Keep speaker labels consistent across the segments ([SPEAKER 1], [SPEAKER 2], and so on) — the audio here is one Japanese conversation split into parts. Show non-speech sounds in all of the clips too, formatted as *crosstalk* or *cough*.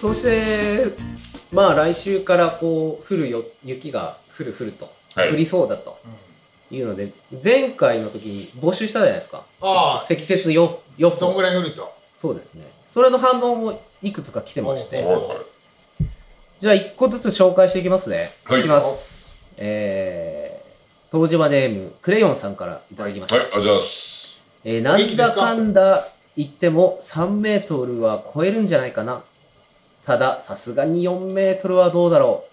[SPEAKER 1] そしてまあ来週からこう降るよ雪が降る降ると、
[SPEAKER 2] はい
[SPEAKER 1] 降りそうだというので前回の時に募集したじゃないですか
[SPEAKER 3] ああ、
[SPEAKER 1] 積雪よ予
[SPEAKER 3] そんぐ
[SPEAKER 1] 想
[SPEAKER 3] らい降ると。
[SPEAKER 1] そうですねそれの反応もいくつか来てまし
[SPEAKER 2] はい
[SPEAKER 1] て
[SPEAKER 2] は
[SPEAKER 1] じゃあ1個ずつ紹介していきますね、
[SPEAKER 2] はい
[SPEAKER 1] いきますえー、東芝ネームクレヨンさんからいただきまし
[SPEAKER 2] い、
[SPEAKER 1] た、
[SPEAKER 2] はい、ありがとうございます。
[SPEAKER 1] えーなんだかんだ言っても3メートルは超えるんじゃないかな。ただ、さすがに4メートルはどうだろ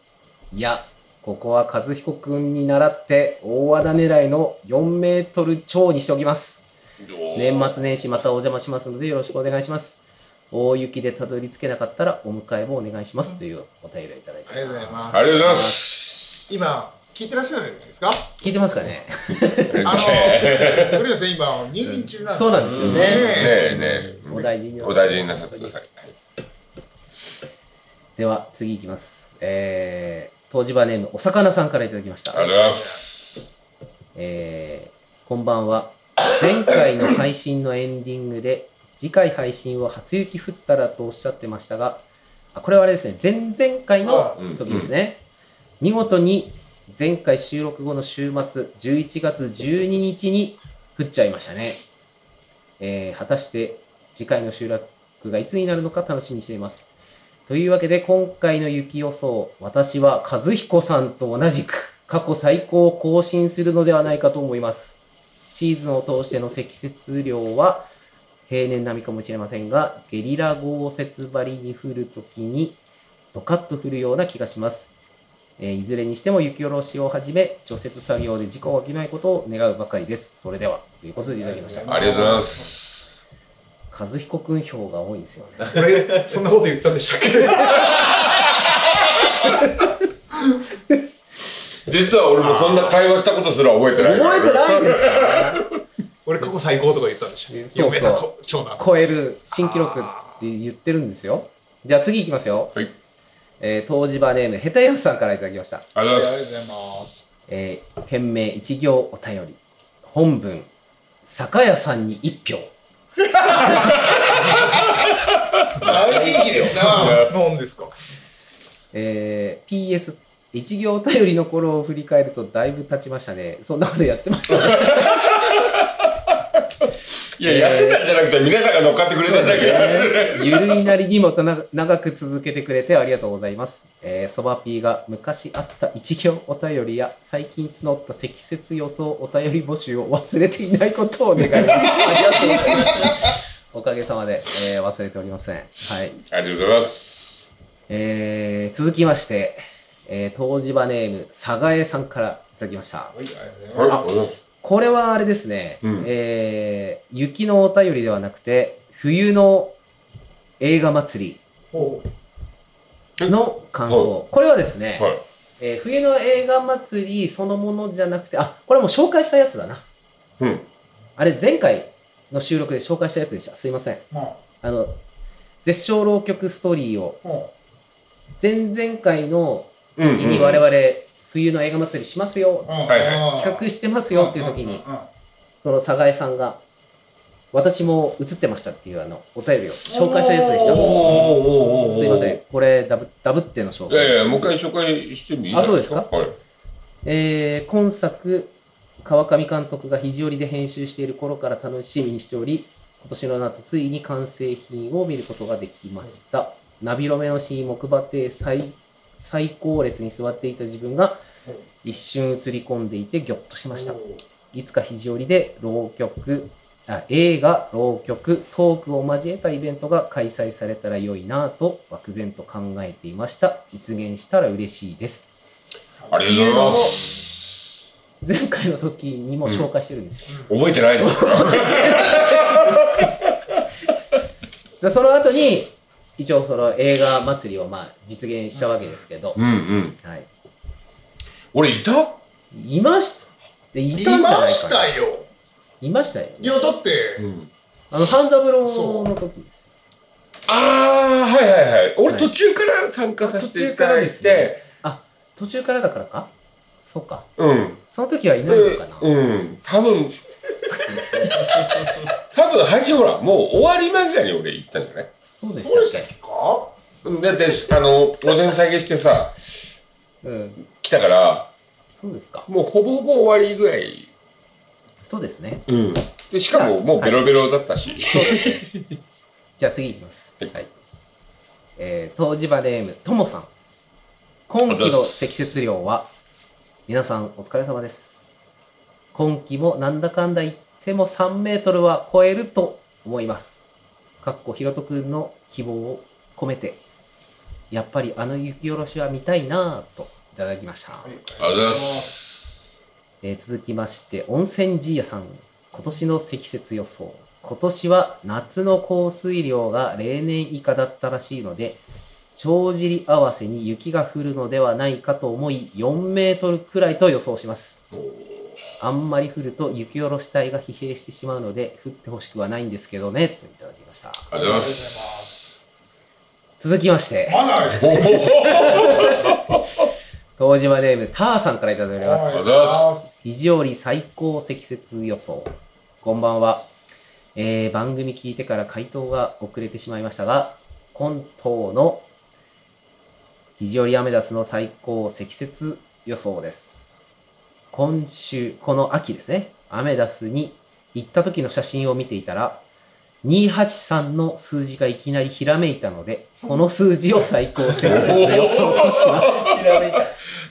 [SPEAKER 1] う。いや、ここは和彦くんに習って大和田狙いの4メートル超にしておきます。年末年始またお邪魔しますのでよろしくお願いします。大雪でたどり着けなかったらお迎えもお願いしますというお便りをいただいて
[SPEAKER 3] ありがとうございます。
[SPEAKER 2] ありがとうございます。
[SPEAKER 3] 今、聞いてらっしゃるんじゃないですか
[SPEAKER 1] 聞いてますかね
[SPEAKER 3] あの、古谷さん、今、入院中なん
[SPEAKER 1] そうなんですよね
[SPEAKER 2] ねえねえ、
[SPEAKER 1] お大事になさ
[SPEAKER 2] お大事になさってください。
[SPEAKER 1] では次いきます。えー、東芝ネームお魚さんからいただきました。
[SPEAKER 2] ありがとうございます。
[SPEAKER 1] えーこんばんは。前回の配信のエンディングで、次回配信は初雪降ったらとおっしゃってましたが、あこれはあれですね、前々回の時ですね。見事に前回収録後の週末、11月12日に降っちゃいましたね。えー果たして次回の収録がいつになるのか楽しみにしています。というわけで今回の雪予想私は和彦さんと同じく過去最高を更新するのではないかと思いますシーズンを通しての積雪量は平年並みかもしれませんがゲリラ豪雪張りに降るときにドカッと降るような気がします、えーいずれにしても雪下ろしをはじめ除雪作業で事故が起きないことを願うばかりですそれではということでいただきました
[SPEAKER 2] ありがとうございます。
[SPEAKER 1] 和彦くん票が多いんですよね
[SPEAKER 3] 俺、そんなこと言ったんでしたっけ
[SPEAKER 2] 実は俺もそんな会話したことすら覚えてない。
[SPEAKER 1] 覚えてないですか
[SPEAKER 3] 俺、過去最高とか言ったんでしょ
[SPEAKER 1] えそうそう
[SPEAKER 3] 嫁だこ長男。
[SPEAKER 1] 超える新記録って言ってるんですよ。じゃあ次行きますよ。
[SPEAKER 2] はい
[SPEAKER 1] えー、東芝ネーム、ヘタヤスさんからいただきました。
[SPEAKER 2] あり
[SPEAKER 3] あ
[SPEAKER 2] が
[SPEAKER 3] り
[SPEAKER 2] と
[SPEAKER 3] が
[SPEAKER 2] うござ
[SPEAKER 3] とうご
[SPEAKER 2] い
[SPEAKER 3] ざい
[SPEAKER 2] ま
[SPEAKER 3] ます。
[SPEAKER 1] えー、件名一行お便り。本文、酒屋さんに一票。
[SPEAKER 3] 大人気ですな。なんですか
[SPEAKER 1] えー、PS、一行お便りの頃を振り返るとだいぶ経ちましたね。そんなことやってましたね。
[SPEAKER 2] す。いや、やってたんじゃなくて、皆さんが乗っかってくれたんだけど。
[SPEAKER 1] ゆるいなりにもたな長く続けてくれてありがとうございます。えー、そばピーが昔あった一行お便りや最近募った積雪予想お便り募集を忘れていないことを願います。ありがとうございます。おかげさまで、えー忘れておりません。はい。
[SPEAKER 2] ありがとうございます。
[SPEAKER 1] えー、続きまして、えー、東芝ネーム、さがえさんからいただきました。
[SPEAKER 3] ありがとうござ
[SPEAKER 2] は
[SPEAKER 3] い
[SPEAKER 2] い、
[SPEAKER 3] ま
[SPEAKER 2] ありがとうございます。
[SPEAKER 1] これはあれですね、
[SPEAKER 2] うん
[SPEAKER 1] えー雪のお便りではなくて、冬の映画祭り、
[SPEAKER 3] すおう
[SPEAKER 1] の感想、これはですね、
[SPEAKER 2] はい。
[SPEAKER 1] えー冬の映画祭りそのものじゃなくてあこれもう紹介したやつだな
[SPEAKER 2] うん。
[SPEAKER 1] あれ前回の収録で紹介したやつでしたすいません
[SPEAKER 3] も
[SPEAKER 1] あの絶唱浪曲ストーリーを
[SPEAKER 3] うも
[SPEAKER 1] 前々回の
[SPEAKER 2] うんうん
[SPEAKER 1] 時に我々冬の映画祭りしますよ
[SPEAKER 3] ううん
[SPEAKER 2] はいは
[SPEAKER 3] うん
[SPEAKER 1] 企画してますよっていう時に
[SPEAKER 3] んんん
[SPEAKER 1] その寒河江さんが私も映ってましたっていうあのお便りを紹介したやつでした
[SPEAKER 2] おーおーおーおー
[SPEAKER 1] すいませんこれダブダブっての紹
[SPEAKER 2] い
[SPEAKER 1] 介
[SPEAKER 2] やいや、もう一回紹介してもいい
[SPEAKER 1] あそうですか
[SPEAKER 2] はい。
[SPEAKER 1] えー今作川上監督が肘折で編集している頃から楽しみにしており今年の夏ついに完成品を見ることができましたナビロメのシーン木馬亭最最高列に座っていた自分が一瞬映り込んでいてギョッとしましたいつか肘折で浪曲あ映画浪曲トークを交えたイベントが開催されたら良いなぁと漠然と考えていました実現したら嬉しいです
[SPEAKER 2] ありがとうございます。
[SPEAKER 1] 前回の時にも紹介してるんですよ、
[SPEAKER 2] 覚えてないの
[SPEAKER 1] でその後に一応その映画祭りをまあ実現したわけですけど、
[SPEAKER 2] *laughs* うんうん。
[SPEAKER 1] はい、
[SPEAKER 2] 俺、いた
[SPEAKER 1] いましたい
[SPEAKER 3] い
[SPEAKER 1] たんじゃな
[SPEAKER 3] ま
[SPEAKER 1] い
[SPEAKER 3] し
[SPEAKER 1] かな
[SPEAKER 3] たよ
[SPEAKER 1] いましたよ
[SPEAKER 3] いやだって
[SPEAKER 2] ん。
[SPEAKER 1] あの半三郎の時です
[SPEAKER 2] ああ、はいはいはい。俺、
[SPEAKER 1] はい
[SPEAKER 2] 途中から参加させていただいて。
[SPEAKER 1] 途中からで途中からだからかそうか
[SPEAKER 2] うん。
[SPEAKER 1] その時はいないの
[SPEAKER 2] で
[SPEAKER 1] かな、
[SPEAKER 2] うん。多分、多分、配信ほら、もう終わり間際に俺行ったんじゃない
[SPEAKER 1] そうで
[SPEAKER 3] そうでし
[SPEAKER 1] したた
[SPEAKER 3] っ
[SPEAKER 1] っ
[SPEAKER 3] けか
[SPEAKER 2] だってあの午前下げしてさ
[SPEAKER 1] うん、
[SPEAKER 2] 来たから
[SPEAKER 1] そうですか。
[SPEAKER 2] もうほぼほぼ終わりぐらい、
[SPEAKER 1] そうですね。
[SPEAKER 2] うん、でしかももうベロベロだったし、
[SPEAKER 1] そうですね。じゃあ次いきます。
[SPEAKER 2] はい
[SPEAKER 1] はい。えー、当時場ネームともさん。今期の積雪量は皆さんお疲れ様です。今期もなんだかんだ言っても3メートルは超えると思います。かっこひろとくんの希望を込めて、やっぱりあの雪下ろしは見たいなぁといただきました。
[SPEAKER 2] ありがとうございます
[SPEAKER 1] えー続きまして温泉じいやさん今年の積雪予想今年は夏の降水量が例年以下だったらしいので帳尻合わせに雪が降るのではないかと思い4メートルくらいと予想しますあんまり降ると雪下ろし隊が疲弊してしまうので降ってほしくはないんですけどねといただきました
[SPEAKER 2] ありがとうございます
[SPEAKER 1] 続きまして
[SPEAKER 3] まだある。
[SPEAKER 2] おー
[SPEAKER 1] 東島ネームターさんからいただいております
[SPEAKER 2] りがとうございます
[SPEAKER 1] 肘折最高積雪予想こんばんは、えー番組聞いてから回答が遅れてしまいましたが今冬の肘折アメダスの最高積雪予想です今週この秋ですねアメダスに行った時の写真を見ていたら283の数字がいきなりひらめいたのでこの数字を最高積雪予想とします
[SPEAKER 3] ひらめいた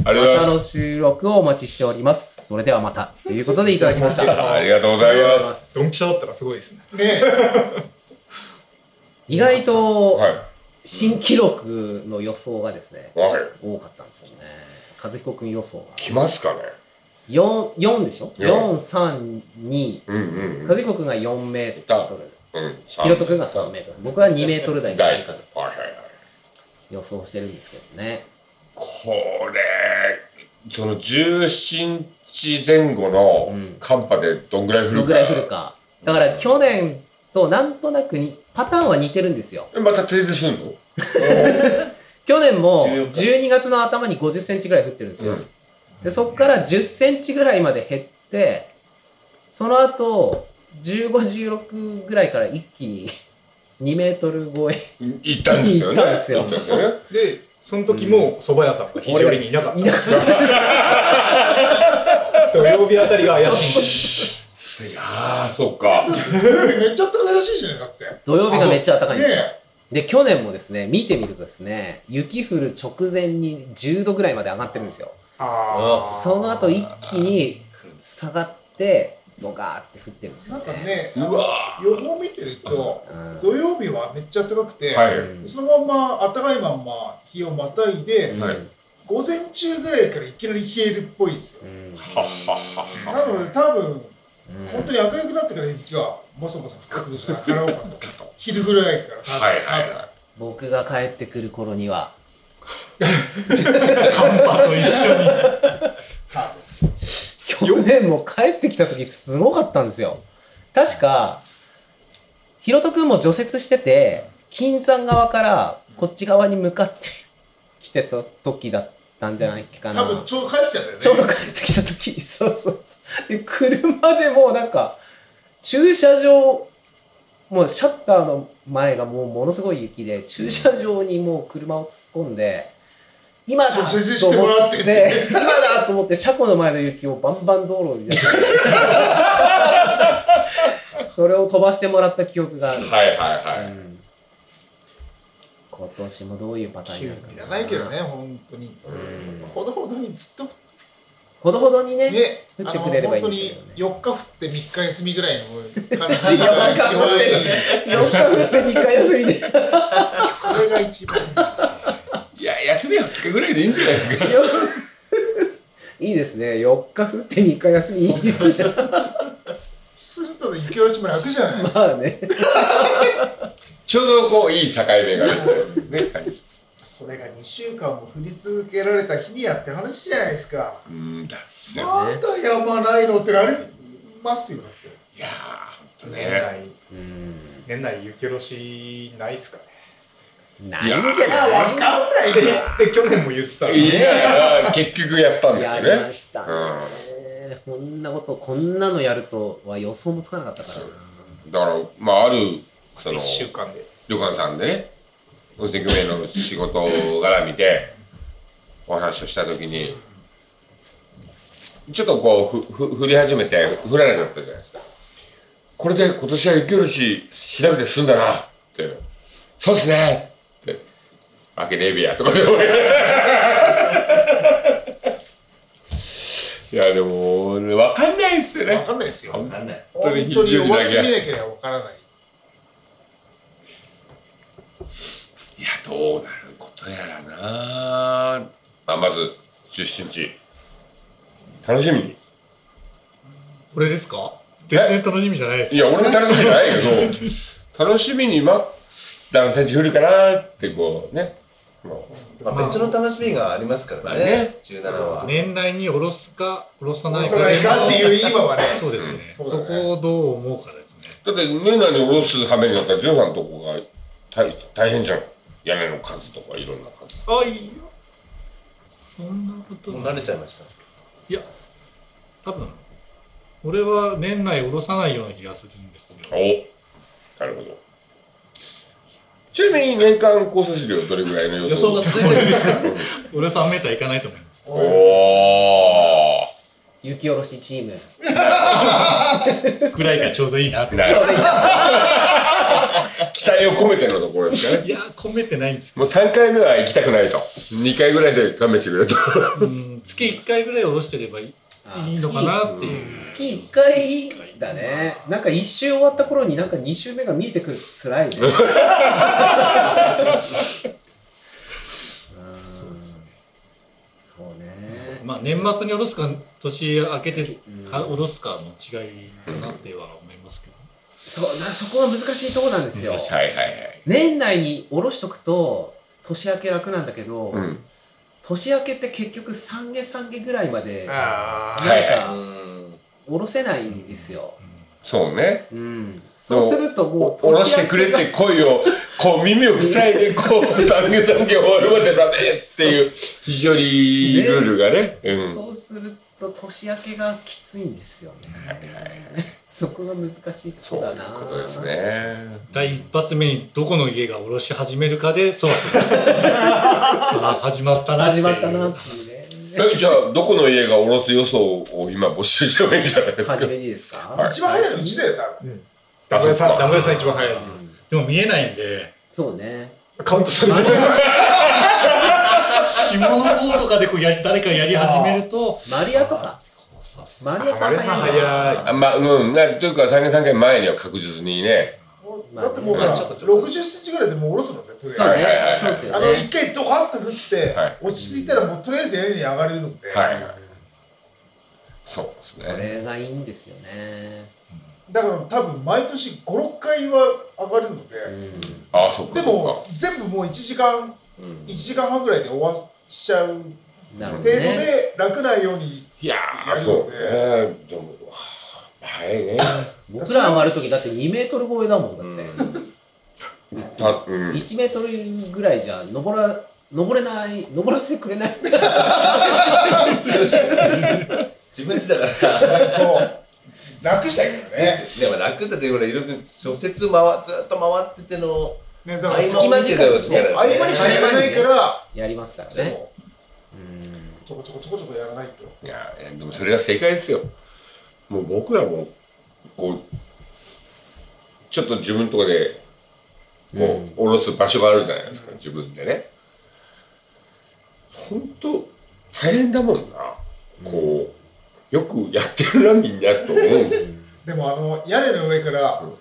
[SPEAKER 2] ありがとうござ
[SPEAKER 1] ま
[SPEAKER 2] いま
[SPEAKER 1] た
[SPEAKER 2] す
[SPEAKER 1] の収録をお待ちしております。それではまた。ということでいただきました。
[SPEAKER 2] ありがとうございます。
[SPEAKER 4] ドンピシャだったらすごいですね。
[SPEAKER 3] ね
[SPEAKER 1] 意外と
[SPEAKER 2] はい。
[SPEAKER 1] 新記録の予想がですね、
[SPEAKER 2] はい。
[SPEAKER 1] 多かったんですよね。和彦君予想が。
[SPEAKER 2] 来ますかね。
[SPEAKER 1] 4, 4でしょ
[SPEAKER 2] うん
[SPEAKER 1] ?4、3、2。
[SPEAKER 2] うんうん
[SPEAKER 1] 和彦君が4メートル。
[SPEAKER 2] うん。うん。
[SPEAKER 1] ひろと君が3メートル。僕は2メートル台じゃな
[SPEAKER 2] 大
[SPEAKER 1] いか
[SPEAKER 2] はい
[SPEAKER 1] と
[SPEAKER 2] はいはい。
[SPEAKER 1] 予想してるんですけどね。
[SPEAKER 2] これその17日前後
[SPEAKER 1] う
[SPEAKER 2] の
[SPEAKER 1] ん。
[SPEAKER 2] 寒波でどんぐらい降る
[SPEAKER 1] ど
[SPEAKER 2] か。
[SPEAKER 1] のぐらい降る。か。だから去年となんとなくにパターンは似てるんですよ。
[SPEAKER 2] また停電するの？
[SPEAKER 1] 去年も
[SPEAKER 3] 14
[SPEAKER 1] 12月の頭に50センチぐらい降ってるんですよ。
[SPEAKER 2] うん
[SPEAKER 1] でそこから10センチぐらいまで減ってその後1516ぐらいから一気に *laughs* 2メートル超
[SPEAKER 3] *laughs*
[SPEAKER 1] え
[SPEAKER 2] 行ったんですよね。
[SPEAKER 1] 行ったんですよ
[SPEAKER 2] 行ったんですよね。
[SPEAKER 4] で、その時も蕎麦屋さんが肘折にいなかっ
[SPEAKER 1] いなくなった
[SPEAKER 4] た。土曜日あたりが怪しい。
[SPEAKER 2] ああそっか。
[SPEAKER 3] めっちゃ高いらしいじゃないだって。
[SPEAKER 1] 土曜日がめっちゃ暖かいんですよ。
[SPEAKER 3] ね
[SPEAKER 1] で去年もですね見てみるとですね雪降る直前に10度ぐらいまで上がってるんですよ。
[SPEAKER 4] あー
[SPEAKER 1] その後一気に下がってドガーって降ってるんですよ、
[SPEAKER 3] なん
[SPEAKER 1] ね。
[SPEAKER 3] かね、
[SPEAKER 2] うわ
[SPEAKER 3] 予報見てると、
[SPEAKER 1] うん
[SPEAKER 3] 土曜日はめっちゃ高くて、
[SPEAKER 2] ー。は
[SPEAKER 1] う
[SPEAKER 2] い。
[SPEAKER 1] ん
[SPEAKER 3] そのまま暖かいまんま日をまたいで、
[SPEAKER 1] うん
[SPEAKER 2] はい
[SPEAKER 3] 午前中ぐらいからいきなり冷えるっぽいんですよ。
[SPEAKER 1] うん
[SPEAKER 2] はっはっは。
[SPEAKER 3] なので多分、
[SPEAKER 1] うん
[SPEAKER 3] 本当に明るくなってから雪がボソボソ降ってくるじゃなかろうかと。昼ぐらいから多分。
[SPEAKER 2] はいはいはい。
[SPEAKER 1] 僕が帰ってくる頃には
[SPEAKER 4] カンパと一緒に。
[SPEAKER 3] 多分
[SPEAKER 1] 去年も帰ってきた時すごかったんですよ確かひろとくんも除雪してて金山側からこっち側に向かって来てた時だったんじゃないかな
[SPEAKER 3] 多分ちょうど返してたんだよね。
[SPEAKER 1] ちょうど帰ってきた時 *laughs* そうそうそうで車でもうなんか駐車場もうシャッターの前がもうものすごい雪で駐車場にもう車を突っ込んで今だと
[SPEAKER 3] ち
[SPEAKER 1] 思
[SPEAKER 3] ょっ
[SPEAKER 1] っ
[SPEAKER 3] と先生してもらって
[SPEAKER 1] て今だと思って車庫の前の雪をバンバン道路に
[SPEAKER 3] *laughs*
[SPEAKER 1] 出してそれを飛ばしてもらった記憶がある、
[SPEAKER 2] はいはいは
[SPEAKER 1] う
[SPEAKER 2] い。
[SPEAKER 1] ん今年もどういうパターンになるか
[SPEAKER 3] いらないけどね、本当に。
[SPEAKER 1] うん
[SPEAKER 3] ほどほどにずっと
[SPEAKER 1] ほどほどにね
[SPEAKER 3] ね、
[SPEAKER 1] 降ってくれればいいんですけどね
[SPEAKER 3] あの本当に4日降って3日休みぐらいの感じが一番いい。
[SPEAKER 1] 4日降って3日休みで
[SPEAKER 3] これが一番いい。
[SPEAKER 2] いや休みは2日ぐらいでいいんじゃないですか。
[SPEAKER 1] よ *laughs* いいですね。4日降って3日休み。いいですね。
[SPEAKER 3] すると雪下ろしも楽じゃない。
[SPEAKER 1] まあね。
[SPEAKER 2] ちょうどこういい境目が出てる
[SPEAKER 1] *laughs*
[SPEAKER 2] んですね。
[SPEAKER 3] それが2週間も降り続けられた日にやって話じゃないですか。
[SPEAKER 2] うんだっすよ。
[SPEAKER 3] まだやまないのってなりますよ。だって
[SPEAKER 2] いやーほんと
[SPEAKER 4] 年
[SPEAKER 2] ね。
[SPEAKER 4] 内、年内雪下ろしないっすかね。
[SPEAKER 1] ないんじ
[SPEAKER 3] いや、わ
[SPEAKER 1] ゃな
[SPEAKER 3] かんないよ。
[SPEAKER 4] で、で去年も言ってたの
[SPEAKER 2] い
[SPEAKER 4] に。
[SPEAKER 2] いじゃん結局やったん
[SPEAKER 1] いや
[SPEAKER 2] だよ
[SPEAKER 1] りま
[SPEAKER 2] ね。
[SPEAKER 1] したね。こんなこと、こんなのやるとは予想もつかなかったからな。
[SPEAKER 2] だからまああるそ
[SPEAKER 4] 1
[SPEAKER 2] の
[SPEAKER 4] 週間で。
[SPEAKER 2] 旅館さんでね運勢組合の仕事絡みでお話をした時にちょっとこうふふ振り始めて振らなくなったじゃないですかこれで今年は雪漆調べて済んだなってそうっすねって明けねえべやとかでもいやでも分かんないっすよ
[SPEAKER 3] わ
[SPEAKER 2] ね
[SPEAKER 3] かんないですよ。
[SPEAKER 2] 本
[SPEAKER 3] 本
[SPEAKER 5] なんない。
[SPEAKER 2] 当
[SPEAKER 3] 当
[SPEAKER 2] に非
[SPEAKER 3] に
[SPEAKER 2] 常に
[SPEAKER 3] 終わ
[SPEAKER 2] だ
[SPEAKER 3] っ
[SPEAKER 2] け
[SPEAKER 3] てみなければわからない。
[SPEAKER 2] いや、どうなることやらな、まあ、まず、出身地。楽しみに。
[SPEAKER 6] これですか全然楽しみじゃないです
[SPEAKER 2] いや、俺も楽しみじゃないけど、 *laughs* 楽しみに待ったの選手降るかなって、こうね。も
[SPEAKER 5] まあ、別の楽しみがありますから
[SPEAKER 2] まあ
[SPEAKER 5] ね
[SPEAKER 2] ね、
[SPEAKER 5] 17は。
[SPEAKER 6] 年内に下ろすか下ろさない
[SPEAKER 3] そ
[SPEAKER 6] か
[SPEAKER 3] の時間っていう今はね。
[SPEAKER 6] そうですね
[SPEAKER 3] そ
[SPEAKER 6] そう
[SPEAKER 3] だね
[SPEAKER 6] こをどう思うかですね
[SPEAKER 2] うだって、年内に下ろすはめになったら、ジョンさんのとこが大大変じゃん。屋根の数とか、いろんな数。
[SPEAKER 6] あいいよそんなこと
[SPEAKER 5] もう
[SPEAKER 6] な
[SPEAKER 5] 慣
[SPEAKER 6] い
[SPEAKER 5] れちゃいました。
[SPEAKER 6] 多分俺は年内下ろさないような気がするんですよ
[SPEAKER 2] おなるほど。ちなみに年間降雪量どれぐらいの予
[SPEAKER 5] 予想
[SPEAKER 2] 想
[SPEAKER 5] が続いてるんで
[SPEAKER 6] *laughs*
[SPEAKER 5] すか
[SPEAKER 6] 俺は3メーターいかないと思います
[SPEAKER 2] おお
[SPEAKER 1] 雪下ろしチーム。
[SPEAKER 6] ぐらいがちょうどいいなって
[SPEAKER 2] なるほど期待を込めてのところですかね
[SPEAKER 6] いや込めてないんですけ
[SPEAKER 2] もう3回目は行きたくないと2回ぐらいで勘弁してくれと
[SPEAKER 6] どうん月1回ぐらい下ろしてればいい
[SPEAKER 1] あ
[SPEAKER 6] いいのかなっていう
[SPEAKER 1] 月月1回だね。なんか1周終わった頃になんか2周目が見えてくるつらいね。 *laughs* うん
[SPEAKER 6] そうですね
[SPEAKER 1] そうね。
[SPEAKER 6] まあ年末に下ろすか年明けて
[SPEAKER 1] うん
[SPEAKER 6] は下ろすかの違いかなっては思いますけど
[SPEAKER 1] そうなそこは難しいとこなんですよ
[SPEAKER 6] 難。し
[SPEAKER 2] はいはいはい
[SPEAKER 1] 年内に下ろしとくと年明け楽なんだけど、
[SPEAKER 2] うん
[SPEAKER 1] 年明けって結局三下三下ぐらいまでなん
[SPEAKER 3] あ
[SPEAKER 1] か
[SPEAKER 3] あ。
[SPEAKER 2] はい
[SPEAKER 1] 下ろせないんですよ。
[SPEAKER 2] そうね
[SPEAKER 1] うん、そうするともう
[SPEAKER 2] 下ろしてくれっ
[SPEAKER 1] 年明け
[SPEAKER 2] て声をこう耳を塞いでこう三げ三げ終わるまでダメですっていう非常にルールがねう
[SPEAKER 1] が
[SPEAKER 2] ん
[SPEAKER 1] そうすると年明けがきついんですよ
[SPEAKER 2] はい
[SPEAKER 1] ね。
[SPEAKER 2] はい
[SPEAKER 1] そこが難しい
[SPEAKER 2] そ
[SPEAKER 1] そうう
[SPEAKER 2] い
[SPEAKER 1] だ
[SPEAKER 2] う
[SPEAKER 1] な。
[SPEAKER 2] ことですね
[SPEAKER 6] 第一発目にどこの家が下ろし始めるかでそうそう *laughs* あ始まったなっ
[SPEAKER 1] 始
[SPEAKER 6] ていう
[SPEAKER 1] まったなっていうね。
[SPEAKER 2] えじゃあどこの家が下ろす予想を今募集してもいいんじゃないですか
[SPEAKER 1] 初めにですか。
[SPEAKER 2] はい
[SPEAKER 3] 一番早いのうちだよ、多分。
[SPEAKER 4] ダブル
[SPEAKER 2] あ
[SPEAKER 4] さ
[SPEAKER 2] そ
[SPEAKER 4] ん、
[SPEAKER 2] っ
[SPEAKER 4] ダ
[SPEAKER 2] か
[SPEAKER 4] ブルさん一番早い。
[SPEAKER 1] うん
[SPEAKER 6] でも見えないんで
[SPEAKER 1] そうね。
[SPEAKER 4] カウントされてる。
[SPEAKER 6] 下の方とかでこうや誰かやり始めると
[SPEAKER 1] マリアとか。
[SPEAKER 6] こうさせ
[SPEAKER 1] マリアさん
[SPEAKER 4] あ
[SPEAKER 1] 早いな。
[SPEAKER 4] 早い。
[SPEAKER 2] あまあうんなというか三げ三げ前には確実にね
[SPEAKER 3] だってもうほら、
[SPEAKER 5] ちょっとちょっと
[SPEAKER 3] 60センチぐらいでもう下ろすもんね、とり
[SPEAKER 1] そう
[SPEAKER 3] あえ
[SPEAKER 2] はいはいはいは
[SPEAKER 1] ね
[SPEAKER 2] い。
[SPEAKER 1] そうです
[SPEAKER 3] ず。
[SPEAKER 1] よ
[SPEAKER 3] あ
[SPEAKER 1] ね
[SPEAKER 3] の、一。回ドカッと降って
[SPEAKER 2] はい、
[SPEAKER 3] 落ち着いたらもうとりあえずやりに上がれるので。
[SPEAKER 2] はいはいそうです
[SPEAKER 1] そ
[SPEAKER 2] ね
[SPEAKER 1] れがいいんですよね。
[SPEAKER 3] だから多分毎年5、6回は上がるので。
[SPEAKER 1] うん
[SPEAKER 2] あそっか
[SPEAKER 3] で
[SPEAKER 2] そっか
[SPEAKER 3] も全部もう1時間
[SPEAKER 5] うん
[SPEAKER 3] 1時間半ぐらいで終わっちゃう程
[SPEAKER 1] なるほ
[SPEAKER 3] 度
[SPEAKER 1] どね。
[SPEAKER 3] で楽なように、
[SPEAKER 2] いや
[SPEAKER 3] や
[SPEAKER 2] ー、
[SPEAKER 3] る
[SPEAKER 2] そ
[SPEAKER 3] の
[SPEAKER 2] う
[SPEAKER 3] ね
[SPEAKER 2] ね。でも、わあ早 *laughs* いね。
[SPEAKER 1] 僕ら上がる時だって2メートル超えだもんだ
[SPEAKER 5] う
[SPEAKER 1] って。
[SPEAKER 5] ん
[SPEAKER 2] たうん、
[SPEAKER 1] 1メートルぐらいじゃ登ら登れない登らせてくれない
[SPEAKER 5] 自分ちだから。
[SPEAKER 3] そう楽したいけどね
[SPEAKER 5] でも楽だってほら、いろいろ除雪回ずっと回ってての
[SPEAKER 3] ねだ
[SPEAKER 5] 合
[SPEAKER 3] か
[SPEAKER 5] 間
[SPEAKER 3] ら
[SPEAKER 5] を
[SPEAKER 3] 隙
[SPEAKER 1] 間
[SPEAKER 5] 見てたですからね
[SPEAKER 3] 合間にしかやらないから、
[SPEAKER 1] やりますからね
[SPEAKER 3] そう
[SPEAKER 1] うん
[SPEAKER 3] ちょこちょこちょこちょこやらないと
[SPEAKER 2] いやー、でもそれが正解ですよ。もう僕らも、こう、ちょっと自分とかで、こう、下ろす場所があるじゃないですか、自分でね。ほんと、大変だもんな。こう、よくやってるな、みんな、と思う。
[SPEAKER 3] でもあの屋根の上から、
[SPEAKER 2] うん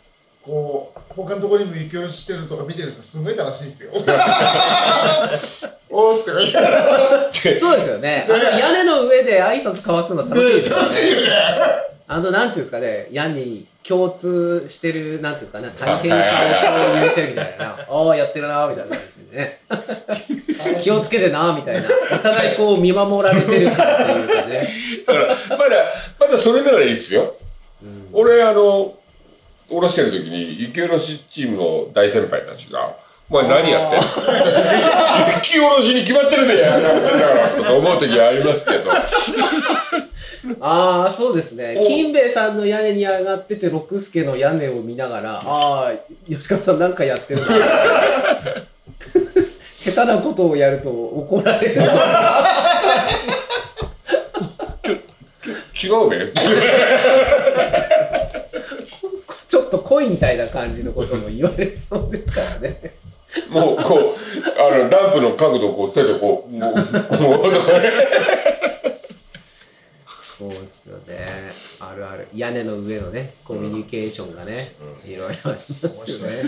[SPEAKER 3] こう他のところにも雪下ろししてるとか見てるとすごい楽しいですよおーって言って
[SPEAKER 1] そうですよねあの屋根の上で挨拶交わすの楽しいですよねあのなんていうんですかね屋根に共通してるなんていうんですかね大変さを共有してるみたいなああやってるなみたいな感じでね *laughs* 気をつけてなみたいなお互いこう見守られてる感っていうかね、
[SPEAKER 2] だから、まだ、まだそれならいいですよ。
[SPEAKER 1] うん
[SPEAKER 2] 俺あの下ろしてる時に雪下ろしチームの大先輩たちが「お前何やってんの雪下ろしに決まってるんだよ」なんかだからとか思う時はありますけど
[SPEAKER 1] ああそうですね
[SPEAKER 2] お
[SPEAKER 1] 金兵衛さんの屋根に上がってて六助 *laughs* の屋根を見ながらああ吉川さんなんかやってるな下手なことをやると怒られるぞ。
[SPEAKER 2] 違うべ。
[SPEAKER 1] ちょっと恋みたいな感じのことも言われそうですからね。
[SPEAKER 2] もうこう、あの、ダンプの角度をこう手でこう、もう、もう、だから
[SPEAKER 1] そうですよね。あるある。屋根の上のね、コミュニケーションがね、いろいろありますよね。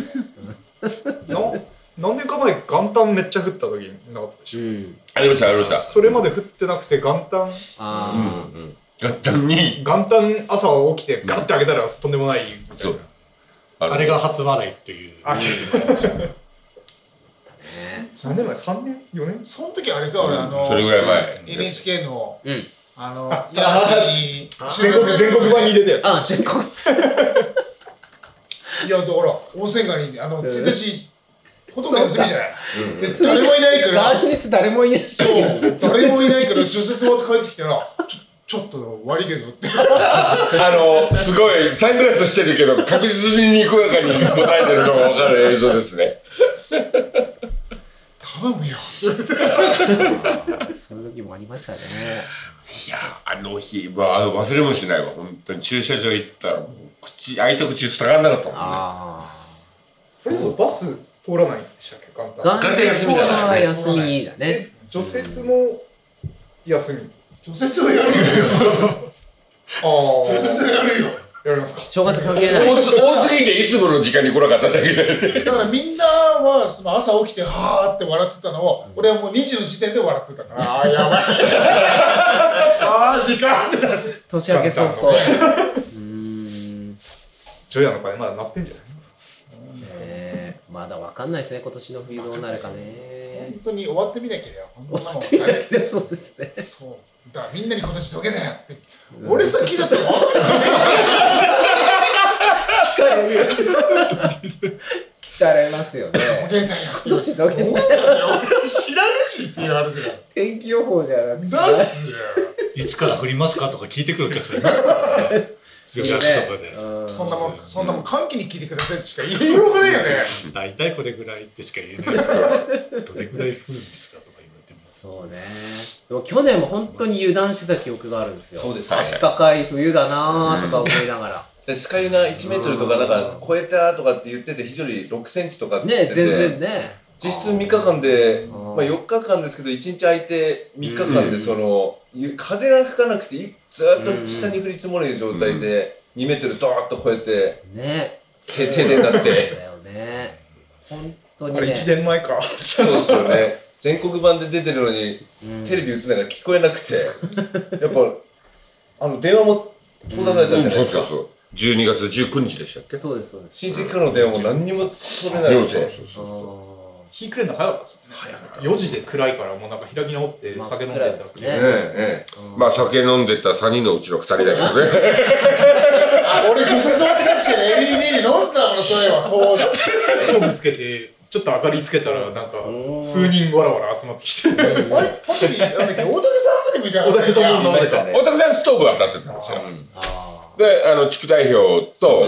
[SPEAKER 4] な何年か前元旦めっちゃ降った時になかったでし
[SPEAKER 1] う
[SPEAKER 4] ょ、
[SPEAKER 1] ん。
[SPEAKER 2] ありました、ありました。
[SPEAKER 4] それまで降ってなくて元旦
[SPEAKER 2] う
[SPEAKER 1] あ
[SPEAKER 2] んうん。簡単に、
[SPEAKER 4] 元旦朝起きてガッて開けたらとんでもないみた
[SPEAKER 2] そ
[SPEAKER 4] いうな
[SPEAKER 2] あの
[SPEAKER 6] あれが初笑いっていう。
[SPEAKER 4] あ
[SPEAKER 1] あ。
[SPEAKER 4] 何年前3年4年
[SPEAKER 3] その時あれか俺あの
[SPEAKER 2] それぐらい前。
[SPEAKER 3] NHK の
[SPEAKER 1] うん。
[SPEAKER 3] あのいやに
[SPEAKER 4] 全国全国版に出てやつ
[SPEAKER 1] あ、全 *laughs* 国。
[SPEAKER 3] いやだから温泉街にあの
[SPEAKER 1] うん
[SPEAKER 3] 1日ほとんど休みじゃない
[SPEAKER 2] うん
[SPEAKER 3] で誰もいないから
[SPEAKER 1] 元日誰もいない。
[SPEAKER 3] そう誰もいないから除雪終わって帰ってきたらちょちょっと悪いけどって
[SPEAKER 2] あの、すごい、サングラスしてるけど、確実ににこやかに答えてるのがわかる映像ですね。
[SPEAKER 3] 頼むよ
[SPEAKER 1] そういう時もありましたね。
[SPEAKER 2] いや、あの日、まあ、あの忘れもしないわ。本当に駐車場行ったら、もう口、開いた口塞がんなかったもんね。
[SPEAKER 1] あ
[SPEAKER 4] それそうバス通らないんでしたっけ元
[SPEAKER 1] あ。
[SPEAKER 4] 旦
[SPEAKER 1] 元日は休みだね。
[SPEAKER 4] で除雪も休み
[SPEAKER 3] 除雪はやるよ
[SPEAKER 4] *laughs* あ
[SPEAKER 3] 除雪
[SPEAKER 4] あ
[SPEAKER 3] はやるよ
[SPEAKER 4] やりますか
[SPEAKER 1] 正月関係ない。
[SPEAKER 2] 多す多すぎていつもの時間に来なかった *laughs* だけで。
[SPEAKER 3] だからみんなはその朝起きてはーって笑ってたのを俺はもう2時の時点で笑ってたからああやばい
[SPEAKER 4] *laughs*
[SPEAKER 3] ああ時間ってなって
[SPEAKER 1] 年明け早々。うーん。
[SPEAKER 4] 除夜の鐘まだ鳴ってんじゃないですか
[SPEAKER 1] ねえまだわかんないですね、今年の冬どうなるかね
[SPEAKER 3] 本。当に終わってみなければこんな
[SPEAKER 1] 終
[SPEAKER 3] もん
[SPEAKER 1] わっていなければそうですね。
[SPEAKER 3] そうだからみんなに今年どけだよって俺さ聞いたって終わって
[SPEAKER 1] 聞かれるよ。聞かれますよ
[SPEAKER 3] ど
[SPEAKER 1] ね。
[SPEAKER 3] けだよ *laughs* って
[SPEAKER 1] 今年どけない。
[SPEAKER 3] *laughs* 知らねえしっていう話だよ
[SPEAKER 1] 天気予報じゃなくて。
[SPEAKER 3] 出すよ
[SPEAKER 6] *laughs* いつから降りますかとか聞いてくるお客さんいますからね。予約とかで。
[SPEAKER 1] うん
[SPEAKER 3] そんなもんそんなもん歓喜に聞いてくださいってしか言いようがねえよね
[SPEAKER 6] 大体これぐらいってしか言えないから、どれぐらい降るんですかとか言われても。
[SPEAKER 1] そうね。でも去年も本当に油断してた記憶があるんですよ。
[SPEAKER 5] そうですね
[SPEAKER 1] 暖かい冬だなーとか思いながら。
[SPEAKER 5] でスカイが1メートルとかなんか超えたとかって言ってて非常に6センチとかって言っ
[SPEAKER 1] ね
[SPEAKER 5] てて
[SPEAKER 1] 全然ね。
[SPEAKER 5] 実質3日間で、
[SPEAKER 1] あ
[SPEAKER 5] ま
[SPEAKER 1] ー
[SPEAKER 5] あ、4日間ですけど1日空いて3日間
[SPEAKER 1] う
[SPEAKER 5] で
[SPEAKER 1] ん
[SPEAKER 5] そのゆ風が吹かなくていずーっと下に降り積もる状態で2メートルドーッと超えて
[SPEAKER 1] ね。
[SPEAKER 5] 停停電になっ
[SPEAKER 1] そう *laughs*
[SPEAKER 5] て
[SPEAKER 1] だよね。本当
[SPEAKER 4] あ
[SPEAKER 1] に
[SPEAKER 4] れ
[SPEAKER 1] ね。
[SPEAKER 4] 1年前
[SPEAKER 3] *laughs*
[SPEAKER 4] か
[SPEAKER 5] そうですよね全国版で出てるのに
[SPEAKER 1] うん
[SPEAKER 5] テレビ映つのが聞こえなく
[SPEAKER 2] *laughs*
[SPEAKER 5] てやっぱあの電話も閉ざされたじゃない
[SPEAKER 2] そ
[SPEAKER 5] で
[SPEAKER 2] う
[SPEAKER 5] す
[SPEAKER 2] そう
[SPEAKER 5] か
[SPEAKER 2] そう。12月19日でしたっけ
[SPEAKER 1] そうですそうです。
[SPEAKER 5] 親戚からの電話も何にも取れな
[SPEAKER 2] そう
[SPEAKER 5] く
[SPEAKER 2] そう
[SPEAKER 5] て
[SPEAKER 1] あ
[SPEAKER 2] そう。
[SPEAKER 1] ー
[SPEAKER 4] 日暮れるの早かったですよね早かった4時で暗いからもうなんか開き直って
[SPEAKER 1] 真っ
[SPEAKER 4] 酒飲ん
[SPEAKER 1] 暗
[SPEAKER 4] で
[SPEAKER 1] で
[SPEAKER 4] たっ
[SPEAKER 1] す
[SPEAKER 4] け
[SPEAKER 1] ね
[SPEAKER 5] ええ
[SPEAKER 2] まあ酒飲んでた3人のうちの2人だけどね。
[SPEAKER 3] あ俺女性座って帰ってきて LED 飲んでたからそういえばそうだ
[SPEAKER 4] ストーブつけてちょっと明かりつけたらなんか数人わらわら集まってきて
[SPEAKER 3] あれ本当になんだっけ大竹さんでもいた
[SPEAKER 4] 小
[SPEAKER 3] から
[SPEAKER 4] 田さんも飲んで
[SPEAKER 5] え
[SPEAKER 4] た
[SPEAKER 2] おたくさんストーブ当たってたんですよ。
[SPEAKER 1] あ
[SPEAKER 2] で、あの、地区代表と、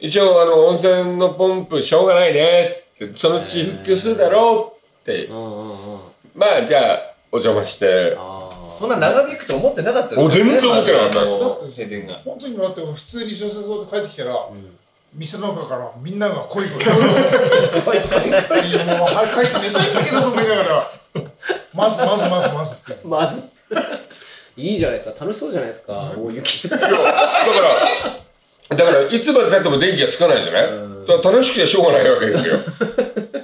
[SPEAKER 2] 一応、あの、温泉のポンプしょうがないねって、そのうち復旧するだろうって
[SPEAKER 1] ー、うんうんうん。
[SPEAKER 2] まあじゃあ、お邪魔して、
[SPEAKER 1] あ
[SPEAKER 5] そんな長引くと思ってなかったです
[SPEAKER 2] お全然思ってなかった
[SPEAKER 5] あの
[SPEAKER 3] だって
[SPEAKER 5] 停電が
[SPEAKER 3] 本当にもらって普通に女性座って帰ってきたら
[SPEAKER 1] あ。うん
[SPEAKER 3] 店の中からみんなが恋声を出していやもう早く帰って寝たいんだけどと思いながらまずまずまずまずって
[SPEAKER 1] まず。 *laughs* いいじゃないですか。楽しそうじゃないですか。大雪。
[SPEAKER 2] いやだから、だから、いつまで経っても電気がつかないじゃない
[SPEAKER 1] うん
[SPEAKER 2] だから楽しくてしょうがないわけですよ。で、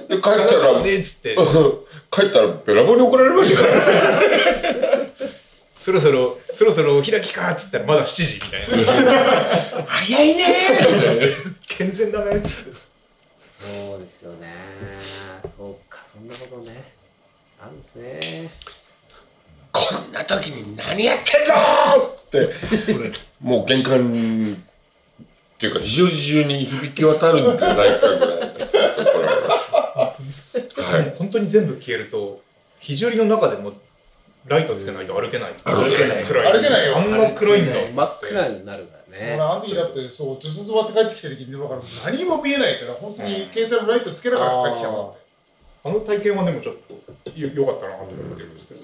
[SPEAKER 2] 帰ったら、
[SPEAKER 4] ねえっつって
[SPEAKER 2] *laughs* 帰ったらべらぼうに怒られましたから。
[SPEAKER 4] そろそろそろそろお開きかっつったらまだ7時みたいな
[SPEAKER 2] 早いね
[SPEAKER 4] 健全だね
[SPEAKER 1] そうですよね。そうか、そんなことね。あるんですね。
[SPEAKER 2] こんな時に何やってんのって、もう玄関っていうか、非常時中に響き渡るんじゃないかぐらいのところが。はい。
[SPEAKER 4] 本当に全部消えると肘折の中でもライトつけないと歩けない
[SPEAKER 2] 歩けない
[SPEAKER 4] 暗
[SPEAKER 3] 歩けないよ
[SPEAKER 4] あんな暗いんだ
[SPEAKER 1] 真っ暗になるから
[SPEAKER 3] 俺
[SPEAKER 1] ね。
[SPEAKER 3] あの時だってそう除雪終わって帰ってきた時にだから何も見えないから本当に携帯のライトつけながら帰ってきたもん
[SPEAKER 4] あの体験はでもちょっとよよかったなと思ってるんですけど。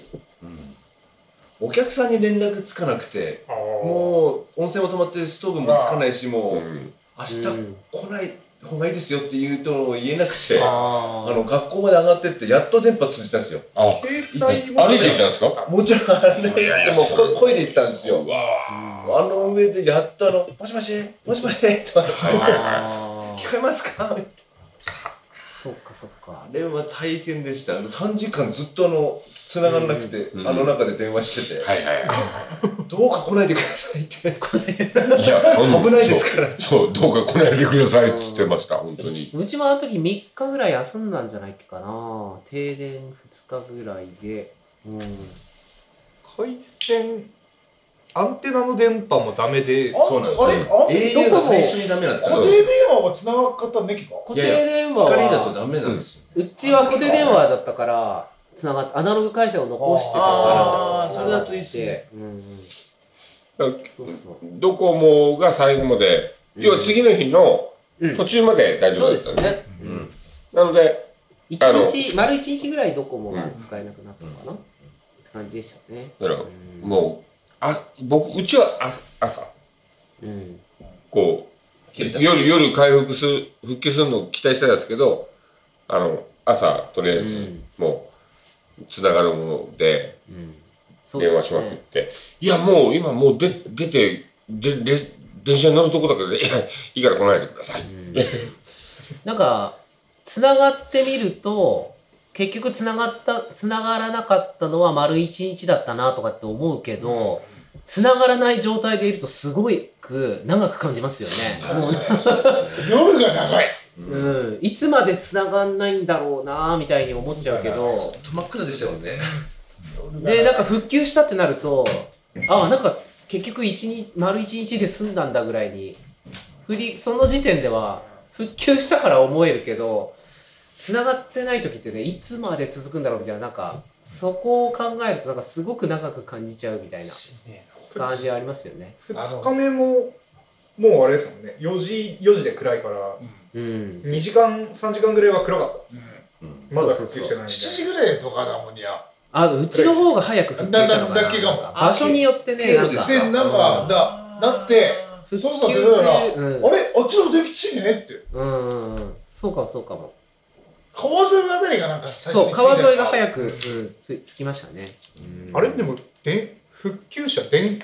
[SPEAKER 5] お客さんに連絡つかなくて
[SPEAKER 4] ああ。
[SPEAKER 5] もう温泉も止まってストーブもつかないしもう
[SPEAKER 2] うん
[SPEAKER 5] 明
[SPEAKER 1] う
[SPEAKER 5] 日
[SPEAKER 1] ん
[SPEAKER 5] 来ない方がいいですよって言うと言えなくてあ
[SPEAKER 1] あー
[SPEAKER 5] の学校まで上がってってやっと電波通じたんですよ
[SPEAKER 2] あ
[SPEAKER 4] 携帯も
[SPEAKER 2] 歩いて行ったんですか
[SPEAKER 5] もちろんあれでもこ声で行ったんですよ
[SPEAKER 2] うわ
[SPEAKER 5] あの上でやっとあの「もしもしも *laughs* しもし」とか
[SPEAKER 2] ーはいはいはい
[SPEAKER 1] あー
[SPEAKER 5] 聞こえますか?」
[SPEAKER 1] *laughs* そっかそっ
[SPEAKER 5] あ
[SPEAKER 1] か *laughs*
[SPEAKER 5] れは大変でしたあの3時間ずっとあの繋がんなくて、
[SPEAKER 2] うん
[SPEAKER 5] あの中で電話してて、
[SPEAKER 2] はいはいは
[SPEAKER 5] どうか来ないでくださいって
[SPEAKER 2] いいやほんと
[SPEAKER 5] 危ないですから
[SPEAKER 2] そうそうどうか来ないでくださいっつってました本当に
[SPEAKER 1] うちもあの時3日ぐらい休んだんじゃないっけかな停電2日ぐらいでうん
[SPEAKER 4] 回線アンテナの電波もダメで。
[SPEAKER 3] あ
[SPEAKER 5] そうなんです
[SPEAKER 3] あれあれ
[SPEAKER 5] au が最初にダメだった
[SPEAKER 3] 固定電話は繋がっ方ねきか
[SPEAKER 1] 固
[SPEAKER 5] いや
[SPEAKER 1] 定
[SPEAKER 5] いや
[SPEAKER 1] 電話は
[SPEAKER 5] 光だとダメなんですよ、
[SPEAKER 1] うちは固定電話だったからつながってアナログ回線を残してたから
[SPEAKER 5] あー
[SPEAKER 1] 繋が
[SPEAKER 5] それだ
[SPEAKER 1] って
[SPEAKER 5] といいっすね
[SPEAKER 1] うんうんそうそ
[SPEAKER 2] ドコモが最後まで
[SPEAKER 1] うん
[SPEAKER 2] 要は次の日の
[SPEAKER 1] う、うん
[SPEAKER 2] 途、中まで大丈
[SPEAKER 1] そう
[SPEAKER 2] 夫
[SPEAKER 1] で
[SPEAKER 2] だった
[SPEAKER 1] すね、う
[SPEAKER 2] んで
[SPEAKER 5] うんん、
[SPEAKER 2] なので
[SPEAKER 1] 一
[SPEAKER 2] あの
[SPEAKER 1] 日丸一日ぐらいドコモが使えなくなったのかな、って感じでしたね
[SPEAKER 2] だから
[SPEAKER 1] うん
[SPEAKER 2] もうあ僕うちは朝朝
[SPEAKER 1] うん
[SPEAKER 2] こう
[SPEAKER 5] 切れた
[SPEAKER 2] 夜夜回復する復旧するのを期待してたんですけどあの朝とりあえ
[SPEAKER 1] う
[SPEAKER 2] ず
[SPEAKER 1] ん
[SPEAKER 2] もうつながるもので
[SPEAKER 1] うんそうで
[SPEAKER 2] 電話し
[SPEAKER 1] す
[SPEAKER 2] まくっ
[SPEAKER 1] ね
[SPEAKER 2] て、いやもう今もうで出てでで電車に乗るとこだからいやいいから来ないでください、
[SPEAKER 1] うんなんかつながってみると結局つながったつながらなかったのは丸一日だったなとかって思うけどつながらない状態でいるとすごく長く感じますよね。もう
[SPEAKER 3] 夜が長い
[SPEAKER 1] うん、いつまでつながんないんだろうなみたいに思っちゃうけど
[SPEAKER 5] ずっと真っ暗でしたもんね
[SPEAKER 1] でなんか復旧したってなるとあなんか結局一日丸一日で済んだんだぐらいに振りその時点では復旧したから思えるけど繋がってない時ってねいつまで続くんだろうみたいななんかそこを考えるとなんかすごく長く感じちゃうみたいな感じありますよね。
[SPEAKER 4] 2日目ももうあれですもんね4時4時で暗いから
[SPEAKER 1] うん、
[SPEAKER 4] 2時間3時間ぐらいは暗かったんです
[SPEAKER 5] うん
[SPEAKER 4] まだ
[SPEAKER 1] そう
[SPEAKER 4] 復
[SPEAKER 1] そうそう
[SPEAKER 4] 旧してないん
[SPEAKER 3] 7時
[SPEAKER 4] で
[SPEAKER 3] ぐらいとかだもんにゃ
[SPEAKER 1] あうちの方が早く復旧したのかな
[SPEAKER 3] だだけが
[SPEAKER 1] なんか場所によってね
[SPEAKER 5] 経
[SPEAKER 1] な
[SPEAKER 5] 路
[SPEAKER 1] ん
[SPEAKER 5] です
[SPEAKER 1] か
[SPEAKER 5] ね
[SPEAKER 3] でなんかだなって
[SPEAKER 1] 復旧す
[SPEAKER 3] そ
[SPEAKER 1] る
[SPEAKER 3] うそうだか
[SPEAKER 1] う
[SPEAKER 3] らあ
[SPEAKER 1] ん、
[SPEAKER 3] れあっちの電気ついてねって
[SPEAKER 1] うんうんうんそうかもそうかも
[SPEAKER 3] 川沿いあたりがなんか最
[SPEAKER 1] そう川沿いが
[SPEAKER 3] い
[SPEAKER 1] 早く、うん、つつきましたね、
[SPEAKER 4] あれでもで復旧者電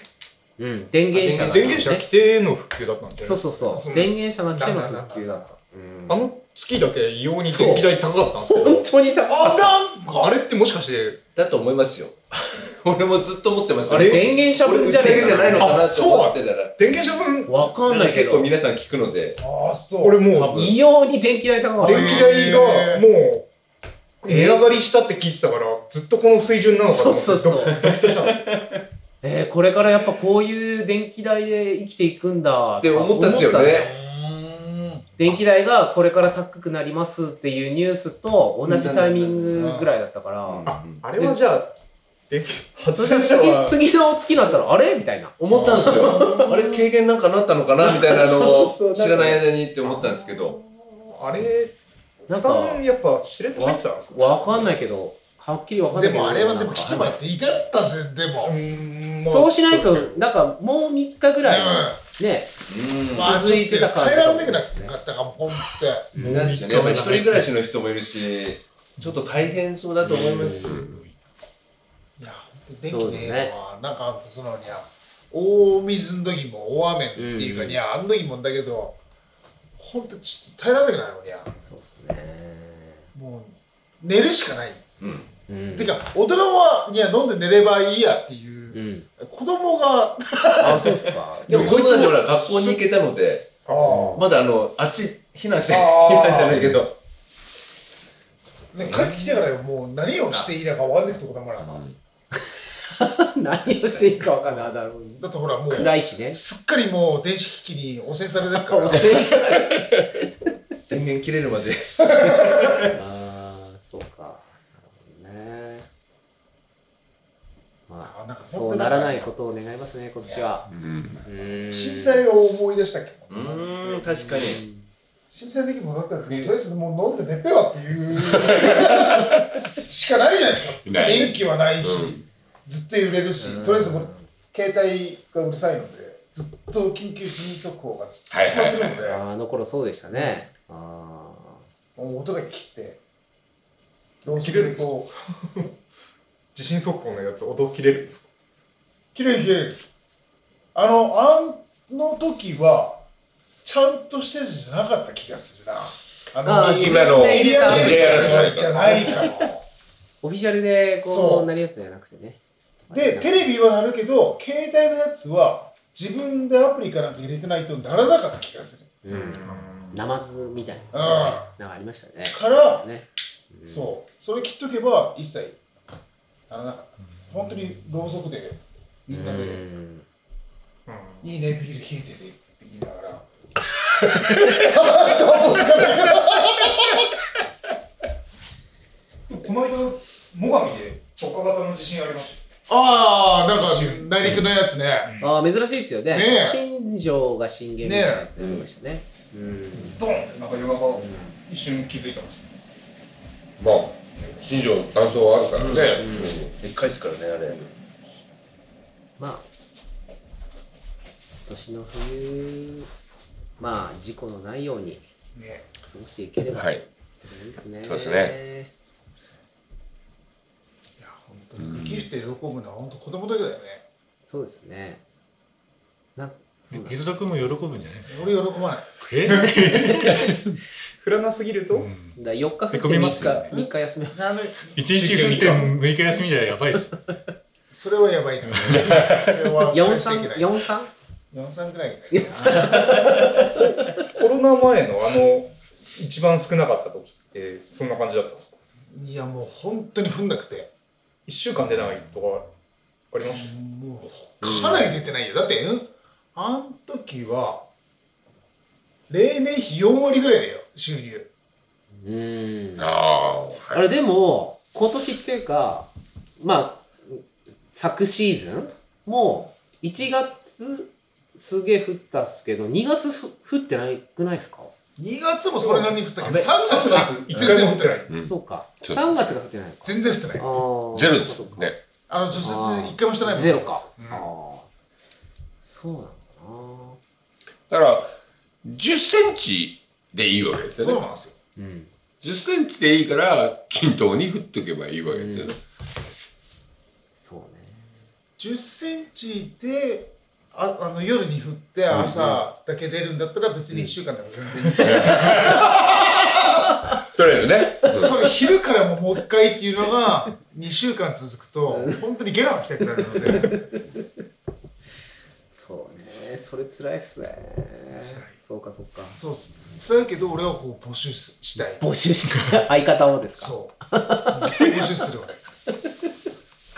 [SPEAKER 1] うん、電源車
[SPEAKER 5] あ
[SPEAKER 1] が
[SPEAKER 4] 電源車規定の復旧だったんで
[SPEAKER 1] そうそうそう
[SPEAKER 3] そう
[SPEAKER 1] 電源車が来ての復旧だったうん
[SPEAKER 4] あの月だけ異様に電気代高かったんですけ
[SPEAKER 1] 本
[SPEAKER 4] ど
[SPEAKER 1] 当に高
[SPEAKER 3] あなんか
[SPEAKER 4] あれってもしかして
[SPEAKER 5] だと思いますよ *laughs* 俺もずっと思ってました
[SPEAKER 1] あれ電源車
[SPEAKER 5] 俺
[SPEAKER 1] 分
[SPEAKER 5] うち
[SPEAKER 1] じゃ
[SPEAKER 5] だ
[SPEAKER 1] ね
[SPEAKER 5] けじゃな
[SPEAKER 1] え
[SPEAKER 5] いの
[SPEAKER 1] か
[SPEAKER 5] かなって思ってたら
[SPEAKER 4] 電源車分
[SPEAKER 1] わかんないけ
[SPEAKER 5] 結構
[SPEAKER 1] ど
[SPEAKER 5] 皆さん聞くので
[SPEAKER 3] あそう
[SPEAKER 4] 俺も
[SPEAKER 5] 多
[SPEAKER 4] う
[SPEAKER 5] 分
[SPEAKER 1] 異様に電気代高かった
[SPEAKER 4] 電気代がもう値上がりしたって聞いてたからずっとこの水準なのかと
[SPEAKER 1] そ
[SPEAKER 4] 思
[SPEAKER 1] う
[SPEAKER 4] って
[SPEAKER 1] そうそう *laughs* えー、これからやっぱこういう電気代で生きていくんだ
[SPEAKER 5] って思ったっすよね
[SPEAKER 1] 思の
[SPEAKER 3] うん
[SPEAKER 1] 電気代がこれから高くなりますっていうニュースと同じタイミングぐらいだったから、
[SPEAKER 4] ああれはじゃあ電気
[SPEAKER 1] そ
[SPEAKER 4] 発
[SPEAKER 1] したら
[SPEAKER 4] 電者は
[SPEAKER 1] 次次の月になったらあれみたいな
[SPEAKER 5] 思ったんです *laughs* よあれ軽減なんかなったのかなみたい *laughs* なの
[SPEAKER 1] そうそうそう
[SPEAKER 5] を知らない間にって思ったんですけど
[SPEAKER 4] あれ
[SPEAKER 1] なん
[SPEAKER 4] 負
[SPEAKER 1] か
[SPEAKER 4] 担やっぱしれっと入ってたんですか
[SPEAKER 1] わかんないけどはっきりわかんな
[SPEAKER 3] で
[SPEAKER 1] いけど
[SPEAKER 3] もあれはでも来てもらっていいかったぜでも
[SPEAKER 4] ん
[SPEAKER 1] そうしないと
[SPEAKER 4] そうです
[SPEAKER 1] なんかもう3日ぐらいね
[SPEAKER 5] うん
[SPEAKER 3] まあ
[SPEAKER 1] 続いてた感じ
[SPEAKER 3] 帰
[SPEAKER 1] か
[SPEAKER 3] ら
[SPEAKER 1] も
[SPEAKER 3] ん
[SPEAKER 1] しれな
[SPEAKER 3] なくないっ
[SPEAKER 1] ですね
[SPEAKER 3] たかも本当
[SPEAKER 5] なんですよね。やっぱり一人暮らしの人もいるし、ちょっと大変そうだと思います。
[SPEAKER 3] いや電気ね
[SPEAKER 1] そう
[SPEAKER 3] え
[SPEAKER 1] だ
[SPEAKER 3] な
[SPEAKER 1] ね
[SPEAKER 3] なんかそのにゃ大水の時も大雨っていうか
[SPEAKER 1] うん
[SPEAKER 3] にゃあん時もんだけどほんとちょっと耐えられなくなるのにゃ
[SPEAKER 1] そうっすね
[SPEAKER 3] もう寝るしかない
[SPEAKER 5] うん。
[SPEAKER 1] うん
[SPEAKER 3] てか大人はにゃ飲んで寝ればいいやっていううん子供が
[SPEAKER 1] あそうっすか
[SPEAKER 5] でも子供たちほら学校に行けたので、まだあの、あっち避難して、
[SPEAKER 3] あ
[SPEAKER 5] 避
[SPEAKER 3] ー
[SPEAKER 5] 難じゃないけど、
[SPEAKER 3] ね帰ってきてからもう何をしていいのか分かんなくて子供らが
[SPEAKER 1] *laughs* 何をしていいかわかんないだろうね
[SPEAKER 3] だってほらも
[SPEAKER 1] 暗
[SPEAKER 3] う
[SPEAKER 1] いしね
[SPEAKER 3] すっかりもう電子機器に汚染されてる
[SPEAKER 1] *laughs*
[SPEAKER 3] か
[SPEAKER 1] あ
[SPEAKER 3] ら
[SPEAKER 5] 電源切れるまで。
[SPEAKER 1] あーそうかなるほどねま
[SPEAKER 3] あなん
[SPEAKER 1] あ
[SPEAKER 3] か
[SPEAKER 1] そうならないことを願いますね今年は
[SPEAKER 2] うん
[SPEAKER 1] うん
[SPEAKER 3] 震災を思い出したっけど
[SPEAKER 5] うーん、確かに。
[SPEAKER 1] うん
[SPEAKER 3] 震災の時もだったら、とりあえずもう飲んで寝っぺよっていうしかないじゃないですか。
[SPEAKER 2] ない
[SPEAKER 3] 電気はないし、ずっと揺れるし、とりあえずもう携帯がうるさいので、ずっと緊急地震速報がずっと決まってるので、
[SPEAKER 1] あの頃そうでしたね。あ
[SPEAKER 3] もう音だけ切って、ローソンでこう、
[SPEAKER 4] *laughs* 地震速報のやつ音切れるんですか
[SPEAKER 3] きれいきれい。あの、あの時は、ちゃんとしたやつじゃなかった気がするな。あの、
[SPEAKER 1] あー
[SPEAKER 2] 今の
[SPEAKER 1] 自分で入れた
[SPEAKER 2] 入れられ
[SPEAKER 3] じゃないか
[SPEAKER 4] *laughs*
[SPEAKER 3] も。
[SPEAKER 1] オフィシャルでこ
[SPEAKER 3] そうう
[SPEAKER 1] なるやつじゃなくてね。
[SPEAKER 3] で、テレビはなるけど、携帯のやつは、自分でアプリかなんか入れてないとならなかった気がする。
[SPEAKER 1] ビ。うん。ナマズみたいなやつね、なんかありましたね。
[SPEAKER 3] から、
[SPEAKER 1] ね。うん
[SPEAKER 3] そう、それ切っとけば、一切ならなかった。本当にろうそくで、みんな
[SPEAKER 1] う
[SPEAKER 3] で、
[SPEAKER 1] ん
[SPEAKER 3] いいね、ビール冷えてて、つって言いながら。ちょっと思ってたね
[SPEAKER 4] この間最上で直下型の地震ありまし
[SPEAKER 3] *laughs* ああ、なんか、内陸のやつね。
[SPEAKER 4] た
[SPEAKER 1] ああ、珍しいですよね。
[SPEAKER 3] ねえ
[SPEAKER 1] 新庄が震源みたいなやつやりましたね。うん。
[SPEAKER 4] ドーンってなんか夜中一瞬気づいたんですよ
[SPEAKER 2] まあ新庄断層はあるからね、
[SPEAKER 5] でっかいっすからね、あれ。
[SPEAKER 1] まあ、今年の冬、まあ、事故のないように
[SPEAKER 3] ね
[SPEAKER 1] 過ごしていければ、、
[SPEAKER 2] はいい
[SPEAKER 1] いですね。
[SPEAKER 2] そうですね。
[SPEAKER 3] いや、本当に、雪降って喜ぶのは、本当子供だけだよね。
[SPEAKER 1] そうですね。な、そうなん
[SPEAKER 6] ゆずたくんも喜ぶんじゃないですか
[SPEAKER 3] 俺喜ばない。
[SPEAKER 6] え
[SPEAKER 4] *laughs* 降らなすぎると、
[SPEAKER 6] うん
[SPEAKER 1] だ4日降って
[SPEAKER 6] 見込み
[SPEAKER 1] 3
[SPEAKER 6] ます
[SPEAKER 1] 日、
[SPEAKER 6] よね
[SPEAKER 1] 3日
[SPEAKER 3] *laughs*
[SPEAKER 1] 休め
[SPEAKER 3] あの
[SPEAKER 6] 一日降って6日休みじゃやばいですよ。
[SPEAKER 3] それはやば *laughs* いな。それは
[SPEAKER 1] 四三
[SPEAKER 3] 四
[SPEAKER 1] 四三
[SPEAKER 3] 四三ぐらい
[SPEAKER 1] 四三
[SPEAKER 4] コロナ前のあの一番少なかった時ってそんな感じだったんですか
[SPEAKER 3] いやもう本当に降んなくて、
[SPEAKER 4] 一週間出ないとかありまし
[SPEAKER 3] もうかなり出てないよ。だって、うん、あの時は例年比四割ぐらいだよ収入。
[SPEAKER 1] うんあ
[SPEAKER 2] ああ
[SPEAKER 1] れでも今年っていうかまあ昨シーズンもう1月すげえ降ったっすけど2月ふ降ってないくないですか、
[SPEAKER 3] 二月もそれなりに降ったけど、
[SPEAKER 4] あ
[SPEAKER 3] 三月が
[SPEAKER 4] た
[SPEAKER 3] 全然降ってない。
[SPEAKER 2] うん
[SPEAKER 1] そうか
[SPEAKER 2] そう
[SPEAKER 1] 3月が降ってないのか
[SPEAKER 3] 全然降ってない。
[SPEAKER 1] あ
[SPEAKER 2] ゼロで
[SPEAKER 1] ですす
[SPEAKER 2] もんね
[SPEAKER 3] あの除雪一回もしてないもん。
[SPEAKER 1] ゼロか、
[SPEAKER 4] うん
[SPEAKER 1] ああそうなんだな
[SPEAKER 2] だから10センチでいいわけです
[SPEAKER 3] そ
[SPEAKER 2] よ
[SPEAKER 3] う
[SPEAKER 2] ね
[SPEAKER 3] なんですよ。
[SPEAKER 1] うん
[SPEAKER 2] 10センチでいいから均等に振っとけばいいわけですよね、
[SPEAKER 1] そうね
[SPEAKER 3] 10センチでああの夜に降って朝だけ出るんだったら別に1週間でも全然いいです、
[SPEAKER 2] とりあえずね
[SPEAKER 3] それ昼からももう一回っていうのが2週間続くと本当にゲラが来たくなるので
[SPEAKER 1] そうねそれ辛いっすねそうかそうか
[SPEAKER 3] そうそうやけど俺はこう募集ししたい
[SPEAKER 1] 募集した *laughs* 相方をですか *laughs*
[SPEAKER 3] そう絶対募集するわ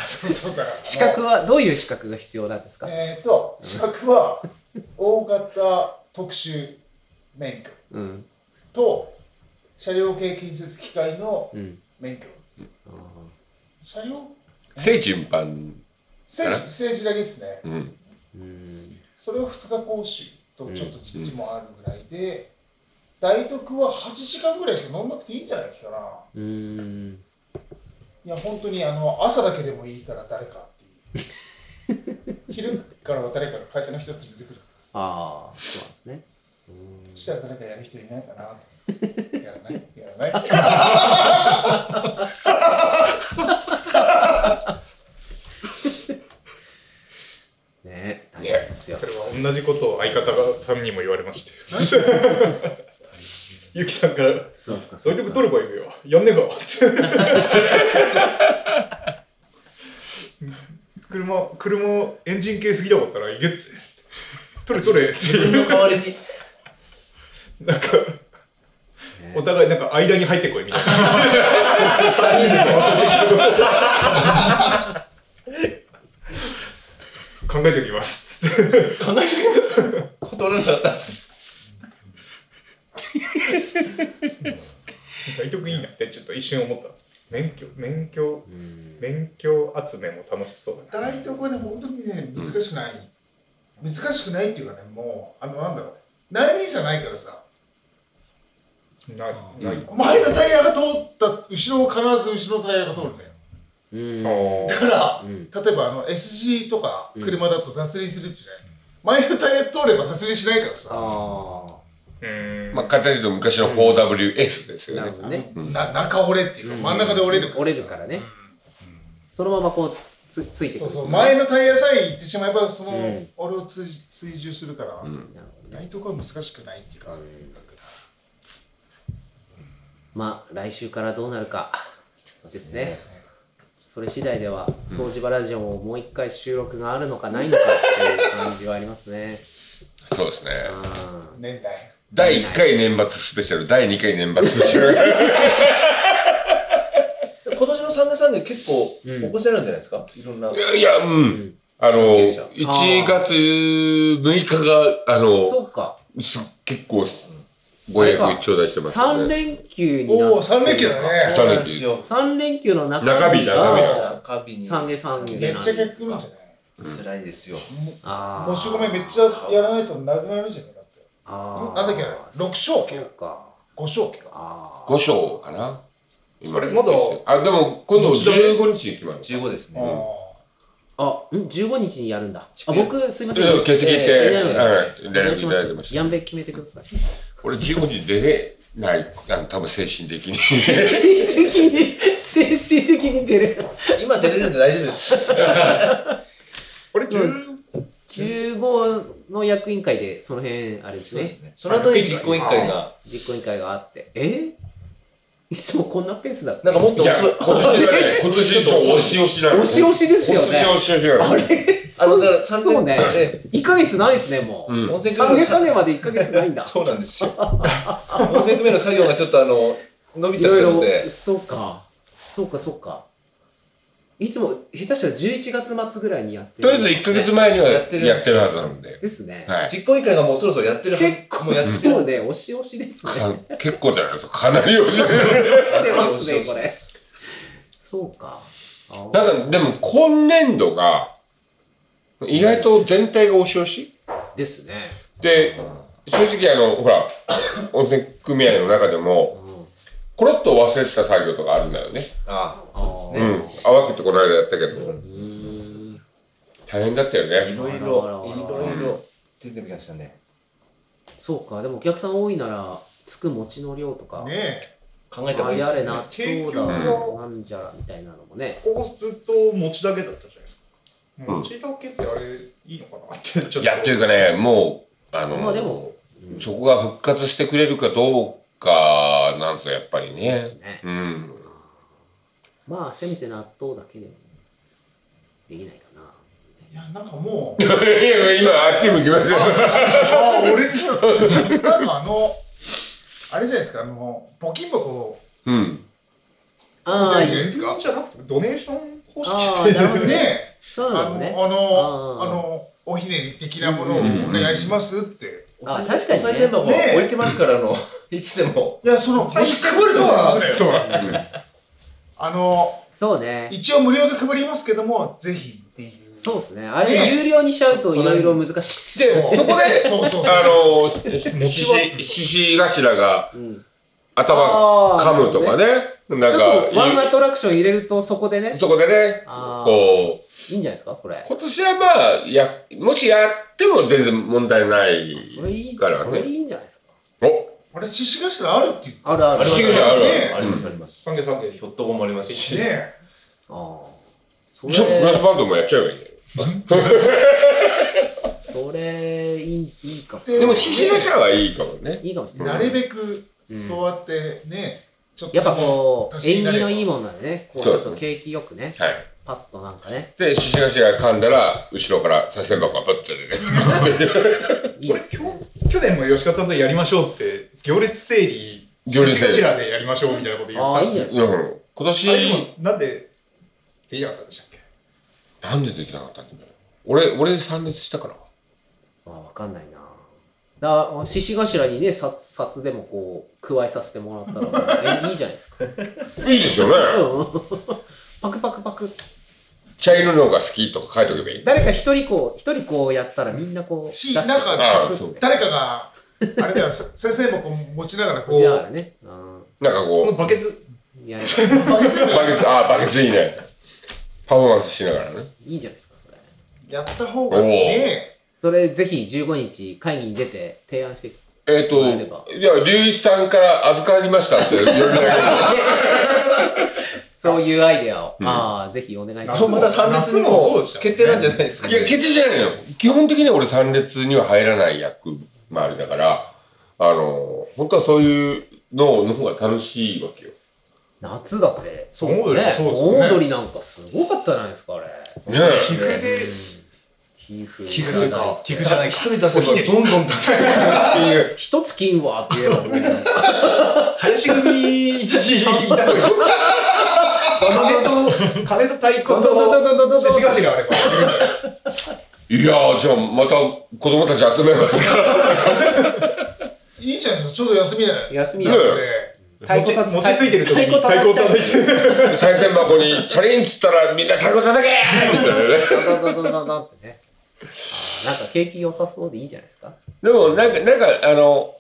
[SPEAKER 3] そうそうだから
[SPEAKER 1] 資格はどういう資格が必要なんですか、
[SPEAKER 3] えっ、ー、と資格は大型特殊免許
[SPEAKER 1] うん
[SPEAKER 3] と車両系建設機械の
[SPEAKER 1] うん
[SPEAKER 3] 免許
[SPEAKER 1] あ
[SPEAKER 3] 車両
[SPEAKER 2] 精神般
[SPEAKER 3] 政治政治だけですね
[SPEAKER 2] うん
[SPEAKER 1] ーうん
[SPEAKER 3] それを2日講習とちょっと実地もあるぐらいで、大徳は8時間ぐらいしか飲んなくていいんじゃないかな。
[SPEAKER 1] うーん
[SPEAKER 3] いや、本当にあの朝だけでもいいから誰かっていう。昼からは誰かが会社の人連れてくる。
[SPEAKER 1] ああそうなんですねう
[SPEAKER 3] そし
[SPEAKER 1] ー
[SPEAKER 3] た
[SPEAKER 1] ん
[SPEAKER 3] ら誰かやる人いないかな。やらないやらない
[SPEAKER 1] ね大変ですよ
[SPEAKER 4] それは同じことを相方がさんにも言われましてゆきさんから
[SPEAKER 1] そうか
[SPEAKER 4] 「そういうとこ取ればいいよやんねえか」って車車エンジン系すぎだもんったら「いけ」っつって「取れ取れ」って
[SPEAKER 5] 自分の代わりに。
[SPEAKER 4] なんか
[SPEAKER 1] ね
[SPEAKER 4] お互いなんか間に入ってこいみたいな考えておきますっつって
[SPEAKER 5] 考えてみます。 *laughs* 断らなかった。
[SPEAKER 4] 大徳いいなってちょっと一瞬思ったんです免許免許
[SPEAKER 1] うん
[SPEAKER 4] 免許集めも楽しそうだな
[SPEAKER 3] 大徳はね、本当にね、難しくない。難しくないっていうかね、もう、あの、なんだろう。内輪差ないからさ。
[SPEAKER 4] ないない
[SPEAKER 3] 前のタイヤが通った後ろを必ず後ろのタイヤが通るんだよ
[SPEAKER 1] うん
[SPEAKER 3] だから
[SPEAKER 1] うん
[SPEAKER 3] 例えばあの SG とか
[SPEAKER 1] うん
[SPEAKER 3] 車だと脱輪するじゃない前のタイヤ通れば脱輪しないからさ
[SPEAKER 1] あ
[SPEAKER 4] うん
[SPEAKER 2] まあ、簡単に言うと昔の 4WS です
[SPEAKER 1] あ
[SPEAKER 2] よ
[SPEAKER 1] なる
[SPEAKER 2] ね。
[SPEAKER 1] ほどね
[SPEAKER 2] うん
[SPEAKER 3] な中折れっていうか真ん中で折れるからさ
[SPEAKER 1] 折れるからねそのままこうつついてく
[SPEAKER 3] そ
[SPEAKER 1] る
[SPEAKER 3] うそう前のタイヤさえ行ってしまえばそうの
[SPEAKER 1] ん
[SPEAKER 3] 俺を追追従するから
[SPEAKER 2] うん
[SPEAKER 1] なるほどね
[SPEAKER 3] 大東は難しくないっていうか
[SPEAKER 1] まあ来週からどうなるかですねそれ次第では東芝ラジオももう一回収録があるのかないのかっていう感じはありますね
[SPEAKER 2] そうですね。
[SPEAKER 1] あ
[SPEAKER 3] 年代
[SPEAKER 2] 第1回年末スペシャル、第2回年末スペシャル。
[SPEAKER 5] 今年の三月三月結構
[SPEAKER 1] うん
[SPEAKER 5] お越しになるんじゃないですか、いろんない
[SPEAKER 2] やいや、う。
[SPEAKER 1] ーうんん
[SPEAKER 2] あの、
[SPEAKER 5] 係者
[SPEAKER 2] 1月6日が、あの、
[SPEAKER 1] そうか
[SPEAKER 2] す結構、ご予約頂戴してますよ
[SPEAKER 1] 3
[SPEAKER 2] ね。
[SPEAKER 1] 連休にな
[SPEAKER 3] おお
[SPEAKER 1] っ
[SPEAKER 3] 3連休だね
[SPEAKER 2] そうなん
[SPEAKER 5] で
[SPEAKER 2] です
[SPEAKER 5] す
[SPEAKER 2] よ
[SPEAKER 5] よ
[SPEAKER 1] 3連休の中
[SPEAKER 2] 中日中日
[SPEAKER 1] が
[SPEAKER 5] 中日に
[SPEAKER 1] 三下三下
[SPEAKER 3] めっちゃ逆来るんじゃない
[SPEAKER 5] 辛いですよ
[SPEAKER 1] あー
[SPEAKER 3] もち米めっちゃやらないとなくなるんじゃないだって
[SPEAKER 1] あー
[SPEAKER 3] なんだっけ六勝
[SPEAKER 1] そうか
[SPEAKER 3] 5勝家
[SPEAKER 1] あー
[SPEAKER 2] 5章かな今
[SPEAKER 4] あれまだ
[SPEAKER 2] あ、でも今度15日に決まる。
[SPEAKER 5] 十五ですね、
[SPEAKER 3] あ
[SPEAKER 1] あん15日にやるんだあ
[SPEAKER 5] え
[SPEAKER 1] 僕すいません
[SPEAKER 2] いや欠席行っ
[SPEAKER 1] え
[SPEAKER 2] て、
[SPEAKER 1] ー
[SPEAKER 2] はい、
[SPEAKER 1] お
[SPEAKER 2] 連
[SPEAKER 1] 願い
[SPEAKER 2] 絡
[SPEAKER 1] し
[SPEAKER 2] いた
[SPEAKER 1] ま
[SPEAKER 2] だいてまし
[SPEAKER 1] すや
[SPEAKER 2] た。
[SPEAKER 1] んべ決めてください
[SPEAKER 2] 俺15時出れない、あの多分精神的に。
[SPEAKER 1] 精神的に精神的に出れる
[SPEAKER 5] 今出れるんで大丈夫です
[SPEAKER 4] 俺10
[SPEAKER 1] 15の役員会でその辺あれです
[SPEAKER 5] そうで
[SPEAKER 1] ね
[SPEAKER 5] すねその後に実行委員会が
[SPEAKER 1] 実行委員会があってえいつもこんなペースだっ
[SPEAKER 5] なんかもっと
[SPEAKER 2] いや、
[SPEAKER 5] つぶ
[SPEAKER 2] 今年はね、今年ちょっと押し押しだ
[SPEAKER 1] 押し押しですよね
[SPEAKER 2] 押し押しだ
[SPEAKER 1] あ
[SPEAKER 2] よ。
[SPEAKER 1] れ
[SPEAKER 5] あ
[SPEAKER 1] そ
[SPEAKER 5] の
[SPEAKER 1] う
[SPEAKER 5] だから三
[SPEAKER 1] そうね
[SPEAKER 5] で
[SPEAKER 1] 1ヶ月ないですねも
[SPEAKER 2] う
[SPEAKER 1] うん
[SPEAKER 5] 温泉
[SPEAKER 1] 3
[SPEAKER 5] 組の
[SPEAKER 1] 月目まで1ヶ月ないんだ
[SPEAKER 5] *laughs* そうなんですよ温泉組の作業がちょっとあの伸び
[SPEAKER 1] い
[SPEAKER 5] ちゃっ
[SPEAKER 1] ろ
[SPEAKER 5] て
[SPEAKER 1] い
[SPEAKER 5] るん
[SPEAKER 1] ろ
[SPEAKER 5] で
[SPEAKER 1] そうかそうかそうかいつも下手したら11月末ぐらいにやって
[SPEAKER 2] とりあえず1ヶ月前にはやってるはずなんで。
[SPEAKER 1] ですね、
[SPEAKER 2] はい。
[SPEAKER 5] 実行委員会がもうそろそろやってるはず
[SPEAKER 1] 結
[SPEAKER 5] も
[SPEAKER 1] 構
[SPEAKER 5] うやってる
[SPEAKER 1] そうね押し押しですね
[SPEAKER 2] か結構じゃないですか。かなり押し。
[SPEAKER 1] 来てますねこれそうかあー
[SPEAKER 2] なんか、でも今年度が、意外と全体が押し押し
[SPEAKER 1] ですね、
[SPEAKER 2] で、正直あの、ほら、温泉組合の中で
[SPEAKER 1] う
[SPEAKER 2] も、
[SPEAKER 1] ん
[SPEAKER 2] コロッと忘れてた作業とかあるんだよね。
[SPEAKER 5] ああそう
[SPEAKER 2] う
[SPEAKER 5] ですね
[SPEAKER 2] ん。あわけてこの間やったけど、
[SPEAKER 1] うーん
[SPEAKER 2] 大変だったよね。
[SPEAKER 5] いろいろい
[SPEAKER 1] あらあらあら
[SPEAKER 5] ろいろ出てきましたね
[SPEAKER 1] そうかでもお客さん多いならつく餅の量とか、
[SPEAKER 3] あねえ
[SPEAKER 5] 考えた
[SPEAKER 1] あれ
[SPEAKER 5] 方がいいで
[SPEAKER 1] あ
[SPEAKER 5] す
[SPEAKER 1] れ
[SPEAKER 5] ね
[SPEAKER 1] 納
[SPEAKER 4] 提
[SPEAKER 1] 豆
[SPEAKER 4] 供が
[SPEAKER 1] だなんじゃらみたいなのもね
[SPEAKER 4] ここずっと餅だけだったじゃないですか
[SPEAKER 2] うん
[SPEAKER 4] 餅だけってあれいいのかなってちょっと
[SPEAKER 2] いや、というかね、もう、あの、
[SPEAKER 1] まあでも、うん
[SPEAKER 2] そこが復活してくれるかどうかなんですよ、やっぱり
[SPEAKER 1] そうです
[SPEAKER 2] ね。
[SPEAKER 1] ね
[SPEAKER 2] うん。 *laughs*
[SPEAKER 1] まあせめて納豆だけでもできないかない
[SPEAKER 3] やなんかもう
[SPEAKER 2] いや今、あっち向きま
[SPEAKER 1] *laughs*
[SPEAKER 2] したよ。
[SPEAKER 3] ああ俺になんかあのあれじゃないですかあの募金箱
[SPEAKER 2] うん。
[SPEAKER 1] ああ
[SPEAKER 3] 大
[SPEAKER 1] い
[SPEAKER 3] 丈
[SPEAKER 1] い
[SPEAKER 3] 夫で
[SPEAKER 4] ですす
[SPEAKER 3] か
[SPEAKER 4] かじゃなくてドネーション方式
[SPEAKER 1] あ
[SPEAKER 4] し
[SPEAKER 1] ー
[SPEAKER 4] て
[SPEAKER 1] なるほどね
[SPEAKER 3] ね
[SPEAKER 1] そう
[SPEAKER 3] あ
[SPEAKER 1] な
[SPEAKER 3] の
[SPEAKER 1] のね
[SPEAKER 3] あの
[SPEAKER 1] あ
[SPEAKER 3] あ
[SPEAKER 1] ー
[SPEAKER 3] のおひねり的なものをお願いしますって
[SPEAKER 1] あ確かにね
[SPEAKER 5] お賽銭箱
[SPEAKER 3] ねえ
[SPEAKER 5] 置いてますからあのいつでも
[SPEAKER 3] いやそのもし配るとは
[SPEAKER 4] そうなんですよ
[SPEAKER 3] あの
[SPEAKER 1] そうね
[SPEAKER 3] 一応無料で配りますけどもぜひっていう
[SPEAKER 1] そうですねあれ
[SPEAKER 3] ね
[SPEAKER 1] 有料にしちゃうといろいろ難しいですよ
[SPEAKER 3] で
[SPEAKER 2] そこで、
[SPEAKER 3] そうそうそう
[SPEAKER 2] あの、獅子、獅子頭が
[SPEAKER 1] うん
[SPEAKER 2] 頭噛むとかね。なん
[SPEAKER 1] ちょっとワン
[SPEAKER 2] か、
[SPEAKER 1] アトラクション入れるとそこでね
[SPEAKER 2] そこでね、
[SPEAKER 1] ああ
[SPEAKER 2] こう、
[SPEAKER 1] いいんじゃないですかそれ
[SPEAKER 2] 今年はまあ、や、もしやっても全然問題ない
[SPEAKER 1] それいい
[SPEAKER 2] から
[SPEAKER 1] それい
[SPEAKER 2] ね。
[SPEAKER 1] いんじゃないですか
[SPEAKER 2] お、
[SPEAKER 3] あれ獅子頭あるって言って
[SPEAKER 1] あるある
[SPEAKER 2] あります
[SPEAKER 5] あ
[SPEAKER 2] よ
[SPEAKER 3] ね
[SPEAKER 5] りますありますあります
[SPEAKER 4] 三軒三軒
[SPEAKER 5] ひょっとこもありますし
[SPEAKER 3] ねえ
[SPEAKER 1] ああそ
[SPEAKER 2] ちょっとブラス
[SPEAKER 1] れ
[SPEAKER 2] バンドもやっちゃえばいいね。
[SPEAKER 1] それいいいいかも
[SPEAKER 3] で
[SPEAKER 2] でも、獅子頭はいいかもね。
[SPEAKER 1] いいかもしれない
[SPEAKER 3] なるべく
[SPEAKER 1] うん
[SPEAKER 3] そうやってねちょっと
[SPEAKER 1] やっぱこう
[SPEAKER 3] 確かに
[SPEAKER 1] 縁起のいいもんなんでねこうち
[SPEAKER 2] そう
[SPEAKER 1] ょ
[SPEAKER 2] で
[SPEAKER 1] っ
[SPEAKER 2] すね
[SPEAKER 1] と景気よくね
[SPEAKER 2] はい。
[SPEAKER 1] パッとなんかね
[SPEAKER 2] で、獅子頭が噛んだら、後ろからさい銭箱がバッて出てね。
[SPEAKER 1] いい
[SPEAKER 4] こ
[SPEAKER 1] で
[SPEAKER 4] れ
[SPEAKER 1] す
[SPEAKER 4] 去
[SPEAKER 1] ね
[SPEAKER 4] 去年も吉川さんとやりましょうって行列整理
[SPEAKER 2] 行列整理
[SPEAKER 4] 獅子頭でやりましょうみたいなこと言
[SPEAKER 1] あ
[SPEAKER 4] っ
[SPEAKER 1] あ
[SPEAKER 4] た
[SPEAKER 1] い
[SPEAKER 4] ん
[SPEAKER 1] いん
[SPEAKER 4] で
[SPEAKER 1] じ
[SPEAKER 4] す
[SPEAKER 1] ゃ
[SPEAKER 4] よ
[SPEAKER 1] ない
[SPEAKER 2] うん。今
[SPEAKER 4] あれで
[SPEAKER 2] 年、
[SPEAKER 4] もなんでできなかったんでしたっけ
[SPEAKER 2] なんでできなかったんだよ。俺、俺参列したから。
[SPEAKER 1] まあわかんないなだ獅子頭にね札札でもこう加えさせてもらった
[SPEAKER 4] *laughs*
[SPEAKER 1] らえいいじゃないですか
[SPEAKER 2] いいですよね。
[SPEAKER 1] うんパクパクパク
[SPEAKER 2] 茶色の方が好きとか書いとけばいい。
[SPEAKER 1] 誰か一人こう一人こうやったらみんなこう
[SPEAKER 3] し
[SPEAKER 1] 出して
[SPEAKER 3] なんか
[SPEAKER 2] あ
[SPEAKER 1] パ
[SPEAKER 2] あ
[SPEAKER 1] ク
[SPEAKER 2] そう
[SPEAKER 1] って
[SPEAKER 3] 誰かがあれだよ、せ *laughs* 先生もこう持ちながらこ
[SPEAKER 1] こちらか
[SPEAKER 3] う、
[SPEAKER 1] らね。う
[SPEAKER 2] なんか
[SPEAKER 4] この
[SPEAKER 2] こ
[SPEAKER 4] バケツ
[SPEAKER 1] ん。いや、
[SPEAKER 3] バケツ
[SPEAKER 2] う、バケツ、ああ、バケツいいね。パフォーマンスしながらね。
[SPEAKER 1] いいじゃないですか、それ。
[SPEAKER 3] やった方がね、
[SPEAKER 1] それ、ぜひ15日会議に出て提案して。い
[SPEAKER 2] えっ、
[SPEAKER 1] もらえれば
[SPEAKER 2] と、いや、龍一さんから預かりましたって言われたけど
[SPEAKER 1] やそういうアイデアを。
[SPEAKER 2] うん
[SPEAKER 1] ああ、ぜひお願いしま
[SPEAKER 4] あ
[SPEAKER 1] す。
[SPEAKER 5] また3列にも決定なんじゃないですか、
[SPEAKER 2] いや、決定じゃないのよ。基本的には俺三列には入らない役周りだから、あの、本当はそういうのの方が楽しいわけよ。
[SPEAKER 1] 夏だって、そう
[SPEAKER 4] 盆踊り
[SPEAKER 1] ね。
[SPEAKER 4] そうですよね
[SPEAKER 1] 盆踊りなんかすごかったじゃないですか、あれ。
[SPEAKER 2] ね
[SPEAKER 4] 皮膚
[SPEAKER 2] え。
[SPEAKER 4] で
[SPEAKER 1] 寄付。
[SPEAKER 4] 寄付というか寄付じゃないか
[SPEAKER 5] 一人出せば
[SPEAKER 4] おひねり
[SPEAKER 5] どんどん出せるっていう
[SPEAKER 1] 一つ金はって言えばもう、
[SPEAKER 4] 林組一時いたのよ金と金と太鼓と獅子頭があれば
[SPEAKER 2] いやー、じゃあまた子供たち集めます
[SPEAKER 1] *laughs*
[SPEAKER 2] か。
[SPEAKER 3] いいじゃないですか、ちょうど休みだよ。
[SPEAKER 1] 休み
[SPEAKER 2] ね
[SPEAKER 1] やろ。
[SPEAKER 3] ね
[SPEAKER 1] 太鼓た
[SPEAKER 4] 餅餅ついてる時に
[SPEAKER 1] 太鼓叩きたい
[SPEAKER 4] 太鼓叩いてる
[SPEAKER 2] 再銭箱にチャリンっつったらみんな太鼓叩けみたいなね。
[SPEAKER 1] ダダダダダダってね。あーなんか景気良さそうでいいじゃないですか。
[SPEAKER 2] でもなんか、なんか、あの、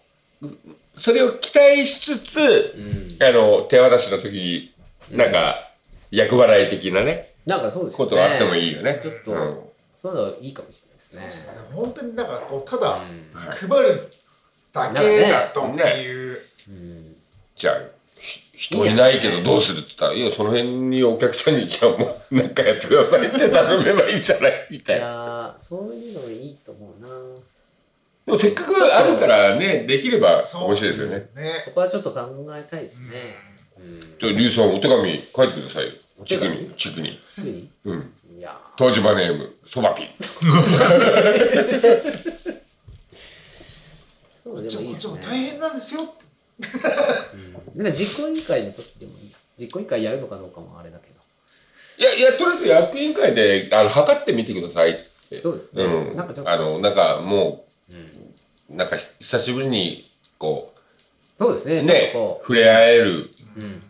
[SPEAKER 2] それを期待しつつ、
[SPEAKER 1] うん。
[SPEAKER 2] あの、手渡しの時に、なんか、役払い的なね、
[SPEAKER 1] なんかそうです
[SPEAKER 2] こ
[SPEAKER 1] よね。
[SPEAKER 2] とがあってもいいよね。
[SPEAKER 1] ちょっと、
[SPEAKER 2] うん
[SPEAKER 1] そういうのいいかもしれないですね。
[SPEAKER 3] 本当になんかこう、た
[SPEAKER 1] う
[SPEAKER 3] だ
[SPEAKER 1] ん
[SPEAKER 3] 配るだけだとっていう。
[SPEAKER 1] うん。
[SPEAKER 2] じゃあ、ひ人いないけどどうするって言ったら、いや、その辺にお客さんに、じゃあ *laughs* もう、なんかやってくださいって頼めばいいじゃないみ
[SPEAKER 1] い
[SPEAKER 2] たいな。
[SPEAKER 1] やー、そういうのいいと思うな。
[SPEAKER 2] でもせっかくあるからね、できれば
[SPEAKER 3] そう
[SPEAKER 2] 面白いですよね。
[SPEAKER 3] ね。
[SPEAKER 1] そこはちょっと考えたいですね。うん。
[SPEAKER 2] じゃあ、リュウさん、お手紙書いてくださいよ。
[SPEAKER 1] お手
[SPEAKER 2] 地区
[SPEAKER 1] 紙
[SPEAKER 2] に、地区に。
[SPEAKER 1] すぐに
[SPEAKER 2] うん。
[SPEAKER 1] いや
[SPEAKER 2] 東芝ネーム、そばピン。
[SPEAKER 1] ー、そう
[SPEAKER 3] こっ
[SPEAKER 1] で
[SPEAKER 3] ち
[SPEAKER 1] も
[SPEAKER 3] も
[SPEAKER 1] いい
[SPEAKER 3] こっ
[SPEAKER 1] で
[SPEAKER 3] ち
[SPEAKER 1] す
[SPEAKER 3] も
[SPEAKER 1] ね。
[SPEAKER 3] 大変なんですよって。
[SPEAKER 1] うん。なんか実行委員会の時でもいい。実行委員会やるのかどうかもあれだけ
[SPEAKER 2] いや、いや、とりあえず役員会で、あの、測ってみてくださいって。
[SPEAKER 1] ど。そうですね。
[SPEAKER 2] うん
[SPEAKER 1] なんかちょっ。と
[SPEAKER 2] あ、の、なんか、も
[SPEAKER 1] うん
[SPEAKER 2] う、なんか、久しぶりに、こ
[SPEAKER 1] そうです
[SPEAKER 2] う、
[SPEAKER 1] ね。
[SPEAKER 2] ね
[SPEAKER 1] ち、ょっとこ
[SPEAKER 2] 触れ合える
[SPEAKER 1] う。うん。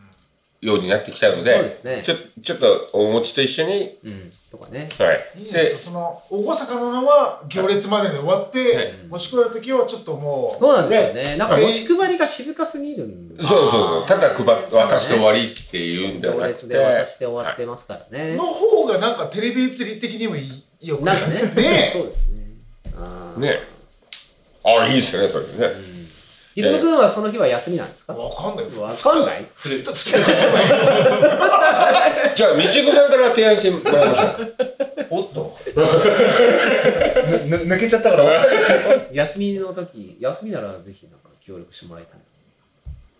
[SPEAKER 2] ようになってきたの
[SPEAKER 1] そうで
[SPEAKER 2] で、
[SPEAKER 1] すね
[SPEAKER 2] ち。ょ、ちょっと、お餅と一緒に、
[SPEAKER 1] うん。とかね。
[SPEAKER 2] はい。
[SPEAKER 3] いいじゃないですか、その、厳かなのは行列までで終わっ
[SPEAKER 2] は
[SPEAKER 3] て
[SPEAKER 2] い、
[SPEAKER 3] 持ち帰るときはちょっともう。
[SPEAKER 1] そうなんですよね。なんか
[SPEAKER 3] で
[SPEAKER 1] 持ち配りが静かすぎるんで
[SPEAKER 2] そうそうそう。ただ配って渡して終わりっていうんじゃ
[SPEAKER 1] 行
[SPEAKER 2] なく
[SPEAKER 1] 列
[SPEAKER 2] て。
[SPEAKER 1] で渡して終わってますからね。
[SPEAKER 3] の方がなんかテレビ映り的にもいいよく
[SPEAKER 1] なんかね。
[SPEAKER 3] ね
[SPEAKER 1] そうですね。あー
[SPEAKER 2] ね。あ、いいですね、それ
[SPEAKER 1] う
[SPEAKER 2] ね。
[SPEAKER 1] んひろとくんはその日は休みなんですかわ
[SPEAKER 3] わかんないよ
[SPEAKER 1] かんない
[SPEAKER 2] じゃあ、道子さんから提案してもらいましょう。
[SPEAKER 5] おっと
[SPEAKER 4] *laughs* ぬ抜けちゃったから
[SPEAKER 1] 休みの時、休みならぜひなんか協力してもらいたい。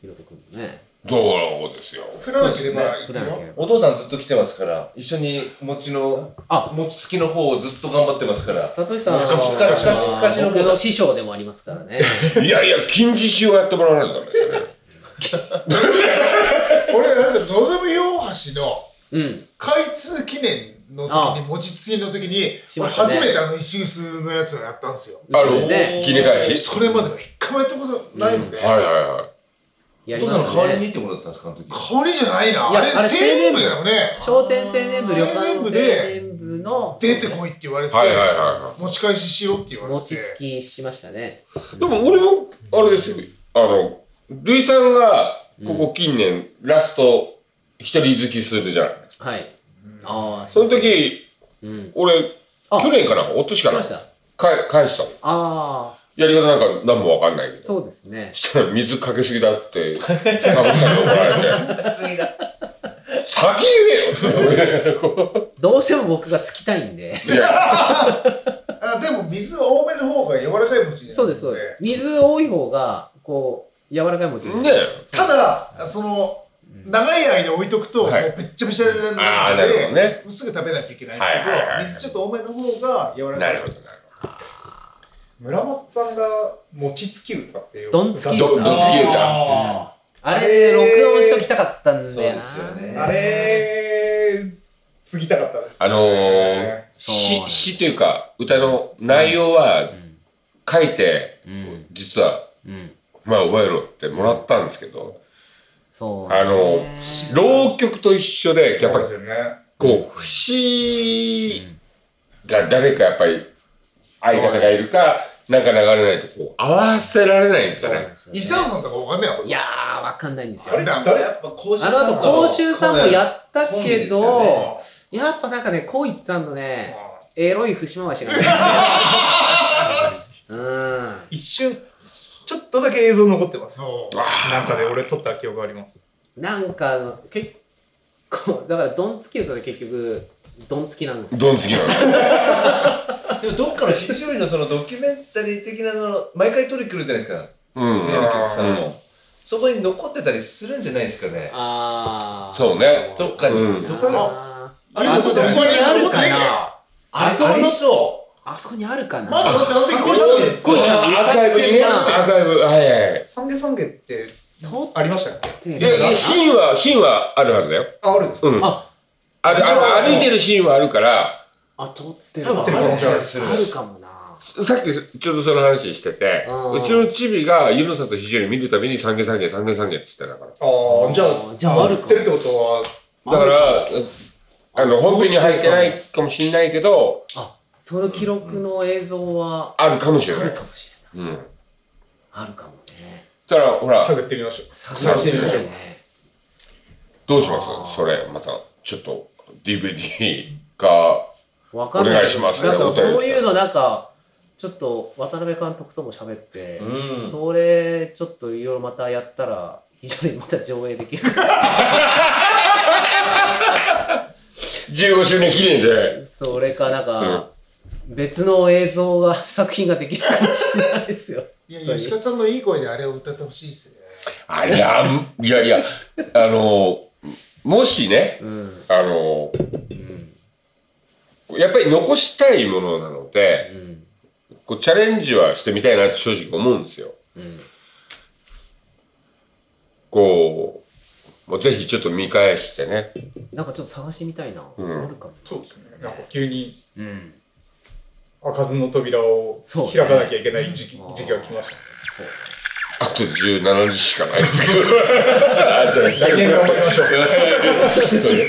[SPEAKER 1] ひろとくんもね。
[SPEAKER 2] どうですよ。
[SPEAKER 3] 振らなければいい
[SPEAKER 1] 普
[SPEAKER 3] よ
[SPEAKER 1] 段ければ
[SPEAKER 5] お父さんずっと来てますから一緒に餅の
[SPEAKER 1] あ
[SPEAKER 5] 餅つきの方をずっと頑張ってますから
[SPEAKER 1] さとしさんは
[SPEAKER 5] しかししかししかししかしの
[SPEAKER 1] 僕の師匠でもありますから
[SPEAKER 5] *laughs*
[SPEAKER 1] ね。
[SPEAKER 2] いやいや、金獅子をやってもらわないとダメですよね。
[SPEAKER 3] 俺なんか望む洋橋の
[SPEAKER 1] うん。
[SPEAKER 3] 開通記念の
[SPEAKER 1] ああ
[SPEAKER 3] 時に餅つきの時に
[SPEAKER 1] しま
[SPEAKER 3] 俺
[SPEAKER 1] したね
[SPEAKER 3] 初めてあの石臼のやつをやったんですよ
[SPEAKER 2] あ
[SPEAKER 1] そう
[SPEAKER 2] の、
[SPEAKER 1] ね
[SPEAKER 2] 切り返し。
[SPEAKER 3] それまでは一回もやったことないので
[SPEAKER 2] はいはいは
[SPEAKER 1] や
[SPEAKER 5] お
[SPEAKER 1] り
[SPEAKER 5] 父
[SPEAKER 1] ま
[SPEAKER 5] さん
[SPEAKER 1] し
[SPEAKER 5] の代
[SPEAKER 1] た
[SPEAKER 5] わりに
[SPEAKER 1] ね。
[SPEAKER 5] ってことだったんですかあの時
[SPEAKER 3] 香りじゃないない
[SPEAKER 1] や
[SPEAKER 3] あれ
[SPEAKER 1] あれ
[SPEAKER 3] 青年部だよね
[SPEAKER 1] 商店青年部、旅館
[SPEAKER 3] 青年
[SPEAKER 1] 青
[SPEAKER 3] 部で
[SPEAKER 1] 年部の
[SPEAKER 3] 出てこいって言われて
[SPEAKER 2] い。はいはいは
[SPEAKER 3] 持ち返ししようって言われ
[SPEAKER 1] 餅
[SPEAKER 3] て
[SPEAKER 1] つきしましたね。
[SPEAKER 2] い。でも、俺も、あれですよ。あの、ルイさんが、ここ近年、ラスト、一人好きするじゃん。
[SPEAKER 1] はい。ああ、
[SPEAKER 2] その、時、
[SPEAKER 1] うん。
[SPEAKER 2] 俺、
[SPEAKER 1] あ
[SPEAKER 2] 去年かな、おとしか
[SPEAKER 1] し
[SPEAKER 2] な
[SPEAKER 1] まし、た。
[SPEAKER 2] か返したの。
[SPEAKER 1] あ
[SPEAKER 2] やり方なんか何もわかんないけ
[SPEAKER 1] あ、
[SPEAKER 2] ど。
[SPEAKER 1] そうですね。
[SPEAKER 2] そしたら水かけすぎだって、タモさんに怒られて。先に言えよってこ
[SPEAKER 1] どうしても僕がつきたいんで。
[SPEAKER 2] ういや、
[SPEAKER 3] あでも水多めの方が柔らかい餅になるの
[SPEAKER 1] そうです、そうです。水多い方が、こう、柔らかい餅になる
[SPEAKER 2] ね
[SPEAKER 1] そう
[SPEAKER 3] ただその
[SPEAKER 1] うん
[SPEAKER 3] 長い間置いとくと、
[SPEAKER 2] はい
[SPEAKER 3] もうべっちゃべちゃに
[SPEAKER 2] あ
[SPEAKER 3] な
[SPEAKER 2] あ、
[SPEAKER 3] る
[SPEAKER 2] な
[SPEAKER 3] の
[SPEAKER 2] る
[SPEAKER 3] で
[SPEAKER 2] ほどね。
[SPEAKER 3] すぐ食べなきゃいけないんですけど、
[SPEAKER 2] はいはいはいはい
[SPEAKER 3] 水ちょっと多めの方が柔ら
[SPEAKER 2] な
[SPEAKER 3] か
[SPEAKER 2] る
[SPEAKER 3] い
[SPEAKER 2] ほど、なる
[SPEAKER 4] 村松さんが餅つき歌っていう
[SPEAKER 1] どんつき歌
[SPEAKER 2] どどんつき
[SPEAKER 1] 歌
[SPEAKER 4] あ
[SPEAKER 1] あれ、録音しときたかったんだよな。
[SPEAKER 5] そうですよ
[SPEAKER 4] ー
[SPEAKER 5] ね
[SPEAKER 4] あれつぎたかったです
[SPEAKER 2] あ
[SPEAKER 1] そ
[SPEAKER 2] のー
[SPEAKER 1] うなんだ
[SPEAKER 2] 詩、詩というか、歌の内容は
[SPEAKER 1] うん
[SPEAKER 2] 書いて、
[SPEAKER 1] うん
[SPEAKER 2] 実は、
[SPEAKER 1] うん。
[SPEAKER 2] まあ覚えろってもらったんですけど、
[SPEAKER 1] そうね。
[SPEAKER 2] あの浪曲と一緒で、やっぱり
[SPEAKER 4] そうですよね
[SPEAKER 2] こう、節が誰かやっぱり相方がいるか、なんか流れないとこう合わせられないんですよね。
[SPEAKER 3] 伊佐野さんとかわかんないやん
[SPEAKER 1] いやー、わかんないんです
[SPEAKER 3] あ
[SPEAKER 1] よ。
[SPEAKER 3] れだ
[SPEAKER 5] 誰やっぱ講習
[SPEAKER 1] あの後、講習さんもやった
[SPEAKER 5] コンビ
[SPEAKER 1] け
[SPEAKER 5] ですよね
[SPEAKER 1] ど、やっぱなんかね、こう言ってたんのね、エロい節回しがね。うん。
[SPEAKER 4] 一瞬、ちょっとだけ映像残ってます。
[SPEAKER 3] そう
[SPEAKER 4] なんかで俺撮った記憶あります。
[SPEAKER 1] なんかあの、結構、だから、ドンつき歌で結局、ドンつきなんですよ。
[SPEAKER 2] ドンつきなんですよ。
[SPEAKER 5] でもどっかの非常にのそのドキュメンタリー的なの毎回取り来るじゃないですか
[SPEAKER 2] うん
[SPEAKER 5] テ。レビ局さんもそこに残ってたりするんじゃないですかね
[SPEAKER 1] あー。
[SPEAKER 2] そうね
[SPEAKER 5] どっかに
[SPEAKER 2] うん
[SPEAKER 5] どっかに
[SPEAKER 1] あー
[SPEAKER 3] 今
[SPEAKER 1] あそ
[SPEAKER 3] そ
[SPEAKER 1] こ
[SPEAKER 3] こに
[SPEAKER 1] にあ
[SPEAKER 3] あ
[SPEAKER 1] る
[SPEAKER 3] る
[SPEAKER 1] か
[SPEAKER 3] か
[SPEAKER 1] な
[SPEAKER 3] な
[SPEAKER 5] あそうありそ
[SPEAKER 1] あそこにあるかな
[SPEAKER 3] まだだってあの時こいつ
[SPEAKER 1] こいちゃん
[SPEAKER 2] アーカイブにね、アーカイブ、はいはいはい。
[SPEAKER 4] 三毛三毛って
[SPEAKER 1] 撮っ
[SPEAKER 4] ありましたっけ
[SPEAKER 1] て
[SPEAKER 2] いやいや、
[SPEAKER 1] ン
[SPEAKER 2] シーンは、シーンはあるはずだよ。
[SPEAKER 4] あ、あるんです。
[SPEAKER 2] うん。
[SPEAKER 1] あ
[SPEAKER 2] あるある歩いてるシーンはあるから、
[SPEAKER 1] あ撮ってる
[SPEAKER 5] 多
[SPEAKER 1] わ
[SPEAKER 5] 分ある気がする
[SPEAKER 1] あるかもな
[SPEAKER 2] さっきちょうどその話してて、
[SPEAKER 1] うん
[SPEAKER 2] うちのチビがゆのさと非常に見るたびに三軒三軒三軒三軒って言ってたから。
[SPEAKER 4] ああ、じゃあ、
[SPEAKER 1] じゃああるか
[SPEAKER 4] 持ってるってことは、
[SPEAKER 2] だから、あの、本編に入ってないかもしれないけど、
[SPEAKER 1] あその記録の映像は
[SPEAKER 2] あるかも
[SPEAKER 1] あ
[SPEAKER 2] しれな
[SPEAKER 1] る
[SPEAKER 2] *laughs* い。
[SPEAKER 1] かもしれない
[SPEAKER 2] うん。だ
[SPEAKER 1] あるかもね
[SPEAKER 2] から、ほら、
[SPEAKER 4] 探ってみましょう。
[SPEAKER 1] 探してみ
[SPEAKER 2] 探
[SPEAKER 1] た
[SPEAKER 2] して
[SPEAKER 1] い
[SPEAKER 2] み
[SPEAKER 1] ね
[SPEAKER 2] どうし
[SPEAKER 1] あ
[SPEAKER 2] ま
[SPEAKER 1] ー
[SPEAKER 2] すそれ、また、ちょっと、DVD が、
[SPEAKER 1] わかんない
[SPEAKER 2] お願いします
[SPEAKER 1] だから
[SPEAKER 2] お便り
[SPEAKER 1] そういうのなんかちょっと渡辺監督とも喋って、
[SPEAKER 5] うん
[SPEAKER 1] それちょっといろいろまたやったら非常にまた上映できるかもし
[SPEAKER 2] 15周年記念
[SPEAKER 1] れ
[SPEAKER 2] で、
[SPEAKER 1] ないそれかなんか、別の映像が作品ができるかもしれないですよ
[SPEAKER 3] いやいや吉川さんのいい声であれを歌ってほしいっすね
[SPEAKER 2] ありゃ、いやいや、あの、もしね、
[SPEAKER 1] うん
[SPEAKER 2] あの、
[SPEAKER 1] うん
[SPEAKER 2] やっぱり残したいものなの
[SPEAKER 1] う
[SPEAKER 2] で、
[SPEAKER 1] ん
[SPEAKER 2] こうチャレンジはしてみたいなって正直思うんですよ。
[SPEAKER 1] うん
[SPEAKER 2] こう、もうぜひちょっと見返してね。
[SPEAKER 1] なんかちょっと探してみたいな、
[SPEAKER 2] うん
[SPEAKER 1] あるかも
[SPEAKER 4] そうですね。なんか急に
[SPEAKER 1] うん
[SPEAKER 4] 開かずの扉を
[SPEAKER 1] そうね
[SPEAKER 4] 開かなきゃいけない時 *laughs* 期
[SPEAKER 1] うん
[SPEAKER 4] 時期が来ました。
[SPEAKER 1] そう
[SPEAKER 2] あと17日しかないですけど。あじゃあ
[SPEAKER 4] 来年頑張りましょう。
[SPEAKER 2] そうね